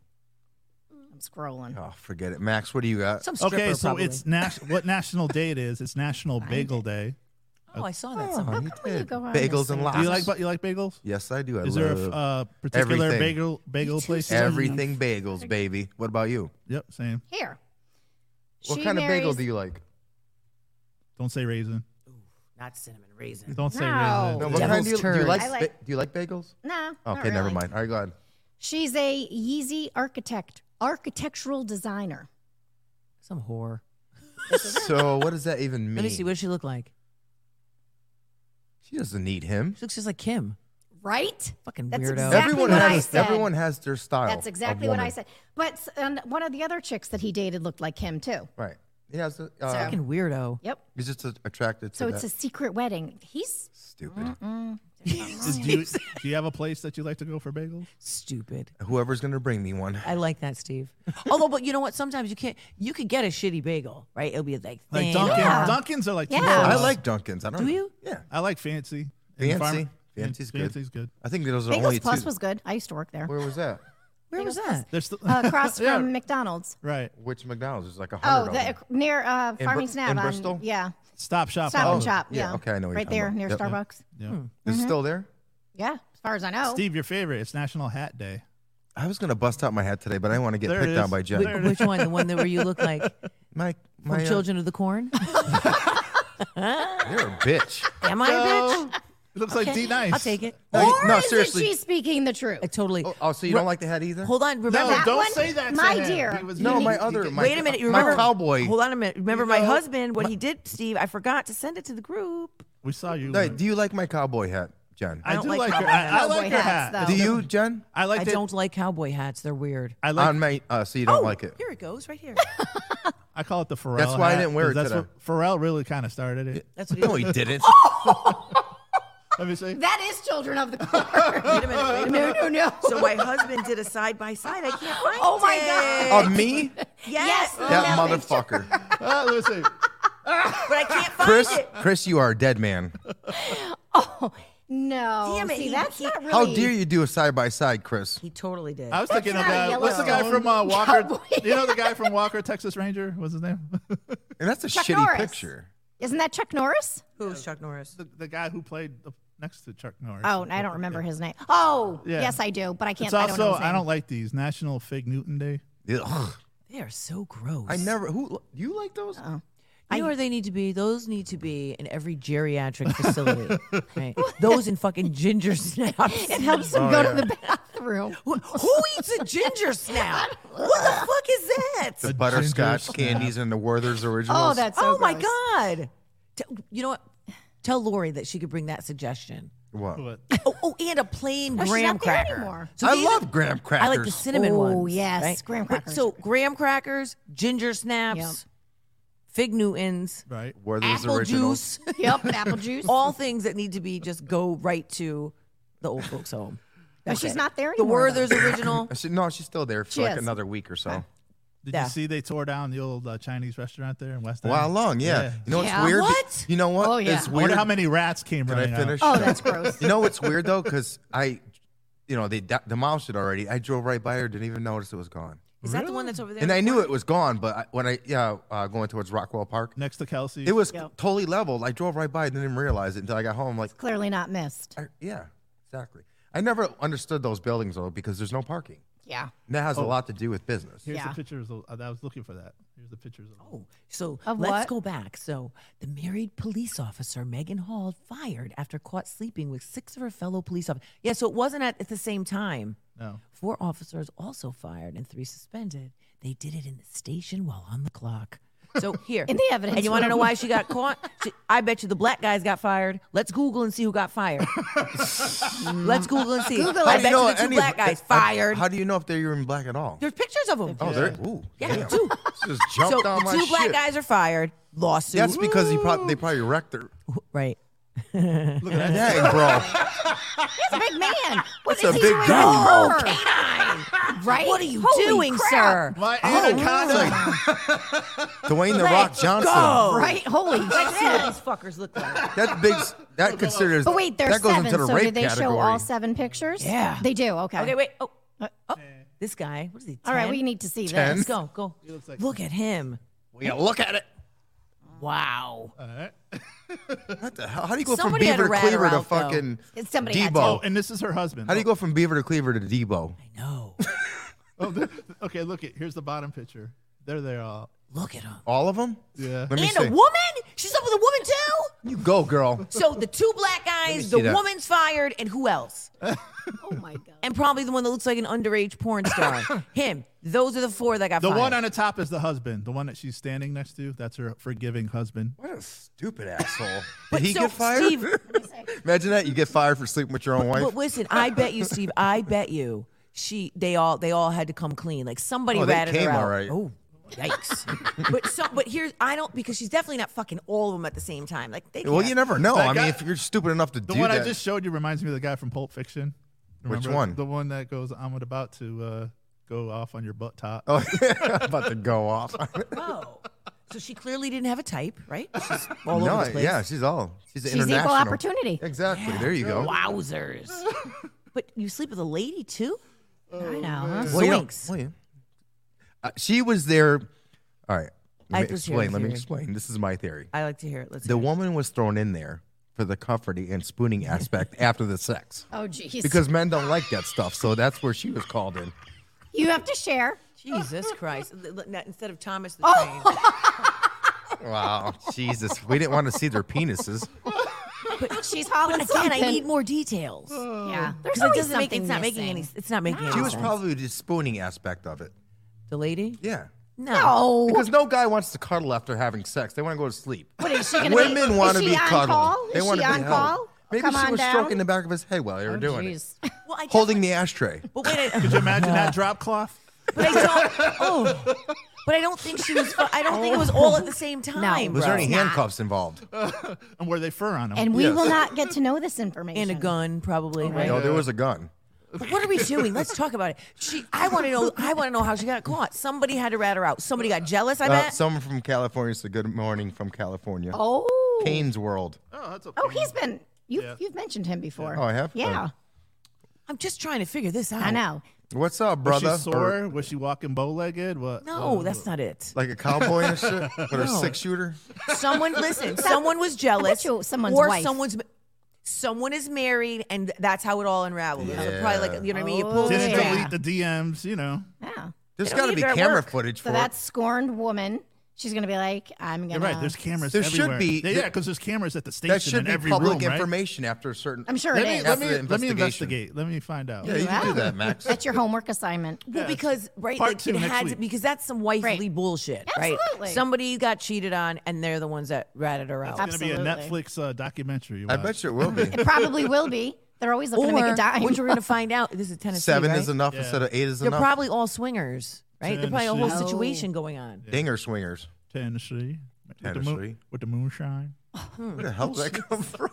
I'm scrolling. Oh, forget it, Max. What do you got? Some stripper Okay, so probably. it's nas- what national day it is? It's National Bagel Day. oh, I saw that. somewhere. he Where you did. go on Bagels this and thing? lox. Do you like ba- you like bagels? Yes, I do. I Is there a love f- uh, particular everything. bagel bagel place? everything bagels, baby. What about you? Yep, same. Here. What She kind of bagel marries- do you like? Don't say raisin. Not cinnamon raisin. Don't say No. No, raisin. what It's- kind Devil's do you, do you turd. like, I ba- like- Do you like bagels? Nah. not Okay, never really. mind. All right, go ahead. She's a Yeezy architect, architectural designer. Some whore. so, what does that even mean? Let me see. What does she look like? she doesn't need him. She looks just like Kim. Right? Fucking That's weirdo. exact- Exactly everyone what I has said. everyone has their style. That's of exactly what I Oh, woman. said. But s- and one of the other chicks that he dated looked like him too. Right. He has. A, uh, Fucking weirdo. Yep. he's just uh, attracted to So it's that. a secret wedding. He's stupid. Do you, do you have a place that you like to go for bagels? Stupid. Whoever's gonna bring me one. I like that, Steve. Although, but you know what? Sometimes you can't. You could get a shitty bagel, right? It'll be like, Like thin. Dunkin', Yeah. Dunkin's are like. Yeah. $2. I like Dunkin's. I don't. Do know. you? Yeah. I like fancy. Fancy. And farm- Fancy's good. Fancy's good. I think those are only Bagels Plus two. was good. I used to work there. Where was that? Where was that? There's still Uh, across Yeah, from McDonald's. right. Which McDonald's? There's like a Oh, hundred. of the, them. near uh, Br- Farming's Nav in on- Bristol? Oh, Yeah. Stop shop. Stop and Olive. shop. Hmm. yeah, Yeah. okay, I know what you're Right talking there about. near Yep. Starbucks. Yeah. Is it still there? Yeah. As far as I know. Steve, your favorite. It's National Hat Day. I was gonna bust out my hat today, but I want to get There it picked on is. by Wh- Jen. Which one? The one that where you look like My my from uh, Children of the Corn? You're a bitch. Am I a bitch? It looks like D Nice. I'll take it. No, you- Or no, is seriously. it she's speaking the truth? I totally. Oh, oh, so you don't like the hat either? Hold on. No, Remember. That don't one- say that. to my him. dear. He was- no, he- my he- other. My, Wait a minute. You my remember? cowboy. Hold on a minute. Remember You my know- husband, what he did, Steve? I forgot to send it to the group. We saw you. Hey, do you like my cowboy hat, Jen? I don't do like like your. I, cowboy I hats. like your Cowboy hats, hat. though. Do you, Jen? I like. I that- don't like cowboy hats. They're weird. I like. On my. Uh, so you don't Oh, like it. Here it goes, right here. I call it the Pharrell. That's why I hat, didn't wear 'cause it That's today. what Pharrell really kind of started it. That's what he No, he didn't. Let me see. that is Children of the Corn. Wait a minute. Wait no, a minute. no, no. So my husband did a side by side. I can't find Oh my it. God. On me? Yes. Yes. That No, motherfucker. Ah, let me see. But I can't find Chris, it. Chris, you are a dead man. no. Damn it, See, he- that's he- not really. How dare you do a side by side, Chris? He totally did. I was thinking of not that. What's the guy yellow. from uh, Walker? Cowboy. You know the guy from Walker, Texas Ranger? What's his name? And that's a Chuck shitty Norris. picture. Isn't that Chuck Norris? Who's Chuck Norris? the, the guy who played the, next to Chuck Norris. Oh, I don't remember his name. Oh, Yeah. yes, I do, but I can't. It's I don't know also his name. I don't like these National Fig Newton Day. Ugh. They are so gross. I never. Who you like those? You know where they need to be? Those need to be in every geriatric facility. right? Those and fucking ginger snaps. It helps Oh, him go to the bathroom. Who- Who eats a ginger snap? What the fuck is that? the ginger butterscotch snap. candies and the Werther's originals. Oh, that's so oh my gross. god! Tell- you know what? Tell Lori that she could bring that suggestion. what? But Oh, oh and a plain Oh, she's graham not there cracker. anymore. So I they- love graham crackers. I like the cinnamon Oh, ones. yes, right? graham But- crackers. So graham crackers, ginger snaps, Yep. fig Newtons, right, Werther's apple originals. juice. Yep, apple juice. all things that need to be just go right to the old folks home. but she's not there The anymore. though. Werther's original. I said, no, she's still there for She like is. another week or so. did Yeah. you see they tore down the old uh, Chinese restaurant there in West End? Wow, long, yeah. Yeah. You know what's Yeah. weird? What? You know what? Oh, yeah. It's I weird. wonder how many rats came Can I running out. finish? Oh, that's gross. You know what's weird though? Because I, you know, they d- demolished it already. I drove right by her, didn't even notice it was gone. Is that the one that's over there? And I knew it was gone, but I, when I yeah uh, going towards Rockwell Park, next to Kelsey. it was Yeah. totally leveled. I drove right by, it, didn't even realize it until I got home. Like, Clearly not missed. I, yeah, exactly. I never understood those buildings though because there's no parking. Yeah. And that has Oh. a lot to do with business. Here's Yeah. the pictures. Of, I was looking for that. Here's the pictures. Of Oh, so Of let's what? go back. So the married police officer Megan Hall fired after caught sleeping with six of her fellow police officers. Yeah, so it wasn't at, at the same time. No. Four officers also fired and three suspended. They did it in the station while on the clock. So here, In the evidence and you want to know room. why she got caught? She- I bet you the black guys got fired. Let's Google and see who got fired. Let's Google and see. Google I it. bet you, the two any- black guys uh, fired. How do you know if they're even black at all? There's pictures of them. oh, they're ooh. yeah, damn. two. Just jumped So on the my two black shit. guys are fired. Lawsuit. That's because he prob- they probably wrecked her. right. Look at that. Dang, bro. He's a big man. What's That's he a big doing dude. over? Right? What are you Holy doing, crap. sir? My Oh, anaconda. Dwayne the Rock Johnson. go. Right? Holy Let's see what shit. these fuckers look like. That big. That considers. But wait, there's that goes seven. into the so rape did they category. show all seven pictures? Yeah. They do. Okay. Okay, wait. Oh, oh, this guy. What is he? 10? All right, we need to see Ten? this. Let's go, go. Look at him. We gotta look at it. Wow. Uh, All right. What the hell? How do you go Somebody from had Beaver to to rat her Cleaver to out, though. fucking Somebody had to. Debo? Oh, and this is her husband. How do you go from Beaver to Cleaver to Debo? No. Oh, there- okay, look at here's the bottom picture. There they are. Look at him. All of them? Yeah. Let me And see. a woman? She's up with a woman too? You go, girl. So the two black guys, see the that. woman's fired, and who else? Oh my god. And probably the one that looks like an underage porn star. him. Those are the four that got The fired. one on the top is the husband. The one that she's standing next to, that's her forgiving husband. What a stupid asshole. But Did he so, get fired? Steve- Imagine that. You get fired for sleeping with your own wife. But listen, I bet you, Steve. I bet you, she they all they all had to come clean. Like somebody Oh, they ratted came her out. all right. Oh, yikes! but so, but here's I don't because she's definitely not fucking all of them at the same time. Like they. well, can't. you never know. That I mean, guy- if you're stupid enough to The do one that. I just showed you reminds me of the guy from Pulp Fiction. Which Remember? one? The one that goes, I'm about to uh, go off on your butt top. Oh, I'm about to go off. Oh, so she clearly didn't have a type, right? She's all no, over the place. yeah, she's all. She's, She's international. equal opportunity. Exactly. There you go. Wowzers! but you sleep with a lady too? I know. huh? Well, you know- Zoinks. well, you- uh, she was there. All right. I Let just me hear your explain. Let me theory. explain. This is my theory. I like to hear it. Let's. The hear it. woman was thrown in there for the comforting and spooning aspect after the sex. Oh jeez. Because men don't like that stuff, so that's where she was called in. you have to share. Jesus Christ! L- l- now, Instead of Thomas the Train, Wow, Jesus, we didn't want to see their penises. She's hauling again, something. I need more details. yeah. There's Because it always doesn't make something it's not making any missing. it's not making She any was sense. probably the spooning aspect of it. the lady. Yeah, No. Oh. because no guy wants to cuddle after having sex. They want to go to sleep. What is she gonna Women be? want is to she be on cuddled. Call? They is want she to be on held. call? Maybe Come she on was down. Oh, stroking the back of his head while they were doing it, Jeez. Well, I holding the ashtray. But wait, Could you I, imagine that drop cloth? but I don't. Oh, but I don't think she was. I don't think it was all at the same time. Was there bro. any handcuffs involved? And were they fur on him? And we Yes. will not get to know this information. And a gun, probably. right? No, there was a gun. But What are we doing? Let's talk about it. She. I want to know. I want to know how she got caught. Somebody had to rat her out. Somebody got jealous. I Uh, bet. someone from California said, "Good morning from California." Oh. Kane's World. oh, that's okay. Oh, he's been. You've, Yeah. you've mentioned him before. Oh, I have? Yeah. I'm just trying to figure this out. I know. What's up, was brother? she sore? was she walking bow legged? What? No, that's not it. like a cowboy and shit with a six shooter. Someone listen. Someone was jealous. you someone's or wife. someone's someone is married, and that's how it all unraveled. It was probably like you know what I mean. You Oh, pull the Didn't string. Yeah. delete the DMs, you know. Yeah. There's don't got to need be her at camera work. footage So for that it. scorned woman, she's going to be like, I'm going You're to. right. There's cameras. There should everywhere. be- Yeah, because there's cameras at the station. That should in be every public room, Right? information after a certain. I'm sure it Let me, is. let, After me, the let me investigation. investigate. Let me find out. Yeah, you can do Well. that, Max. That's your homework assignment. Well, because right, Part like two it next had to, week. because that's some wifely Right. bullshit, Absolutely. right? Somebody got cheated on, and they're the ones that ratted her It's out. going to be a Absolutely. Netflix uh, documentary. you I watch. bet you it will be. It probably will be. They're always looking to make a dime. which we're gonna find out. This is Tennessee. Seven right? is enough instead of eight is They're enough. probably all swingers, right? They're probably a whole Tennessee. situation going on. Dinger swingers. Tennessee. With the, moon, Tennessee. with the moonshine. Where the hell did that come from?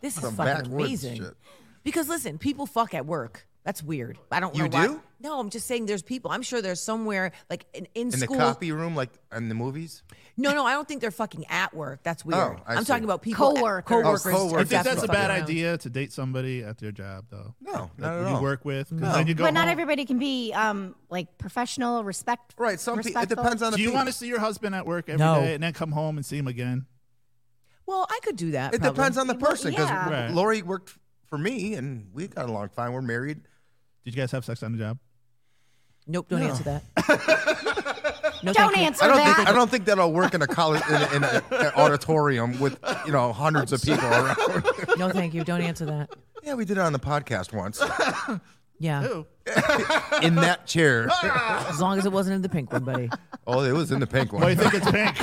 This is Some fucking backwoods amazing. shit. Because listen, people fuck at work. That's weird. I don't You know why. do? No, I'm just saying there's people. I'm sure there's somewhere like in, in, In the school. copy room, like in the movies. No, no, I don't think they're fucking at work. That's weird. Oh, I I'm see. talking about people Coworkers. coworkers. Oh, coworkers. I think That's that's a fucking bad around. idea to date somebody at their job, though. No, not Like, who at you all. work with. 'cause Then you go but not home. everybody can be um, like professional, respect. Right. Some people. It respectful. depends on the. Do you people. want to see your husband at work every day No. and then come home and see him again? Well, I could do that. It probably. depends on the person because yeah. Right. Lori worked for me and we got along fine. We're married. Did you guys have sex on the job? Nope, don't answer that. no, Don't thank you. answer I don't that. think I don't think that'll work in a college in, a, in a, an auditorium with you know hundreds of people around. No, thank you. Don't answer that. Yeah, we did it on the podcast once. Yeah. Ew. in that chair. As long as it wasn't in the pink one, buddy. Oh, it was in the pink Why one. do you think it's pink?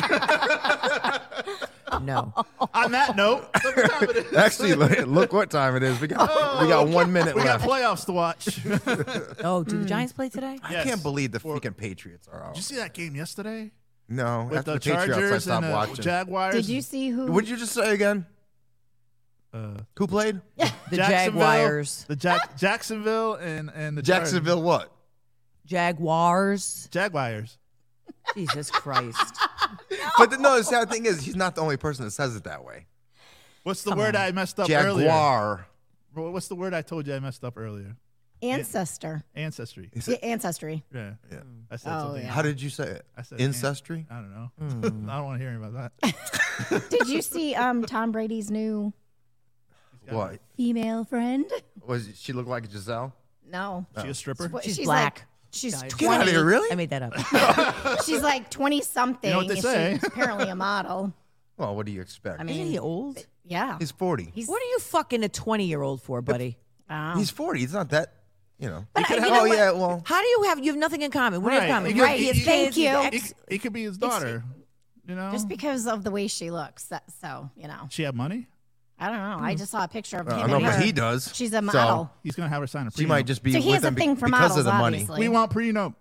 No. On that note, look what time it is. Actually, look, look what time it is. We got we got one minute Oh, we got left. playoffs to watch. Did Oh, do the Giants play today? I can't believe the freaking Patriots are you out. see that game yesterday No, with after the the, Patriots, I Chargers and stopped the watching. Jaguars? Did you see who? What did you just say again? Uh, Who played? The Jacksonville- Jaguars. The Jack- Jacksonville and and the Char- Jacksonville. What? Jaguars. Jaguars. Jesus Christ. But the, no, the sad thing is, he's not the only person that says it that way. What's the word I messed up earlier? Jaguar. Wha- What's the word I told you I messed up earlier? ancestor. Ancestry. Is it- Yeah, ancestry. Yeah. Yeah. I said Oh, something. yeah. How did you say it? I said Ancestry. I don't know. Hmm. I don't want to hear about that. Did you see um Tom Brady's new What? female friend? Was she look like Giselle? No. She a stripper? What- She's Like, black. she's Guys. Get out of 20. here! Uh, Really? I made that up. She's like 20 something. You know what they say. She's apparently a model. well, what do you expect? I mean, Isn't he old? yeah. he's forty. He's What are you fucking a 20 year old for, buddy? wow. He's forty. He's not that. You know. But, you oh know what? yeah. Well. How do you have, you have nothing in common. What do you have Right. in common? You- Right. you- his you- kids, his you- It, ex- it could be his daughter. You know? just because of the way she looks. That, so, you know, she had money? I don't know. I just saw a picture of him. Hmm. Uh, I don't know, and but her. he does. She's a So, model. He's going to have her sign a prenup. She might just be So, he with has a him be- thing for because models, of the money. obviously. We want prenup.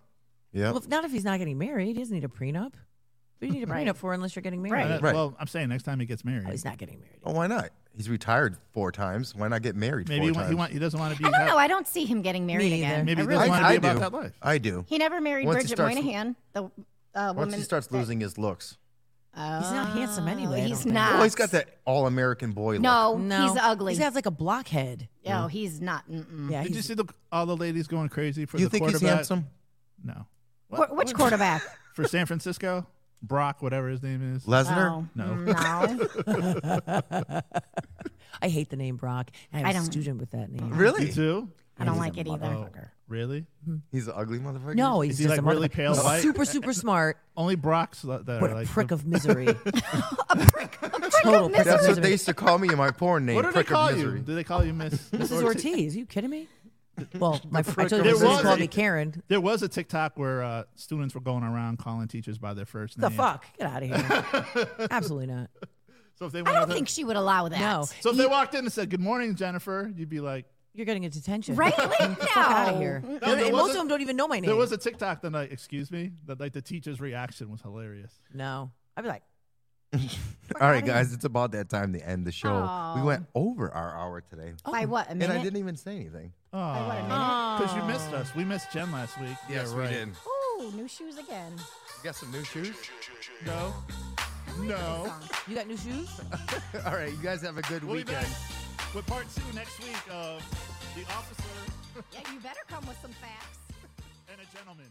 Yeah. Well, not if he's not getting married. He doesn't need a prenup. What do you need a prenup for unless you're getting married? Right. Right. Uh, Well, I'm saying next time he gets married. Oh, he's not getting married. Oh, why not? He's retired four times. Why not get married maybe four he, want, times? he, want, he doesn't want to be. I don't know. I don't see him getting married either. again. maybe I he really doesn't want don't. to I be about do. that life. I do. He never married Once he Bridget starts- Moynihan, the uh, Once woman. he starts that- Oh, losing his looks, He's not handsome anyway. I he's don't think. not. well, Oh, he's got that all-American boy look. Ah. No, No. he's ugly. He has like a blockhead. Mm. no, he's not. Mm-mm. Yeah. Did you He's, see the, all the ladies going crazy for you the think he's quarterback? handsome? No. Wh- which quarterback? For San Francisco? Brock, whatever his name is. Lesnar? Oh, No. No. I hate the name Brock. I have I a don't- student with that name. You Really? too? I don't He's like a it either. Oh, really? He's an ugly motherfucker. No, he's he, just like, a really motherfucker. pale white? Super, super smart. Only Brock's that that What are a like. prick of misery. a prick, Total prick That's of what they misery. used to call me in my porn name. what do they prick of call you? misery. Do they call you Miss? Mrs. Ortiz, are you kidding me? Well, my, I of told you misery. she called me Karen. There was a TikTok where uh, students were going around calling teachers by their first The name. fuck? Get out of here. Absolutely not. So if they I went don't up- think she would allow that. No. so if they walked in and said, "Good morning, Jennifer," you'd be like, You're getting a detention. Right? Get the fuck No. out of here. there and most wasn't- of them don't even know my name. "There was a TikTok that night." Excuse me. That like the teacher's reaction was hilarious. no. I'd be like, All right, guys, it's about that time to end the show. We Oh. went over our hour today, By what? A Oh. and minute? I didn't even say anything. what a Oh, minute. because you missed us. We missed Jen last week. yeah, right. Ooh, new shoes again. You got some new shoes. No, no. Oh. you got new shoes? All right, you guys have a good We'll be weekend. back with part two next week of the officer Yeah, you better come with some facts. and a gentleman.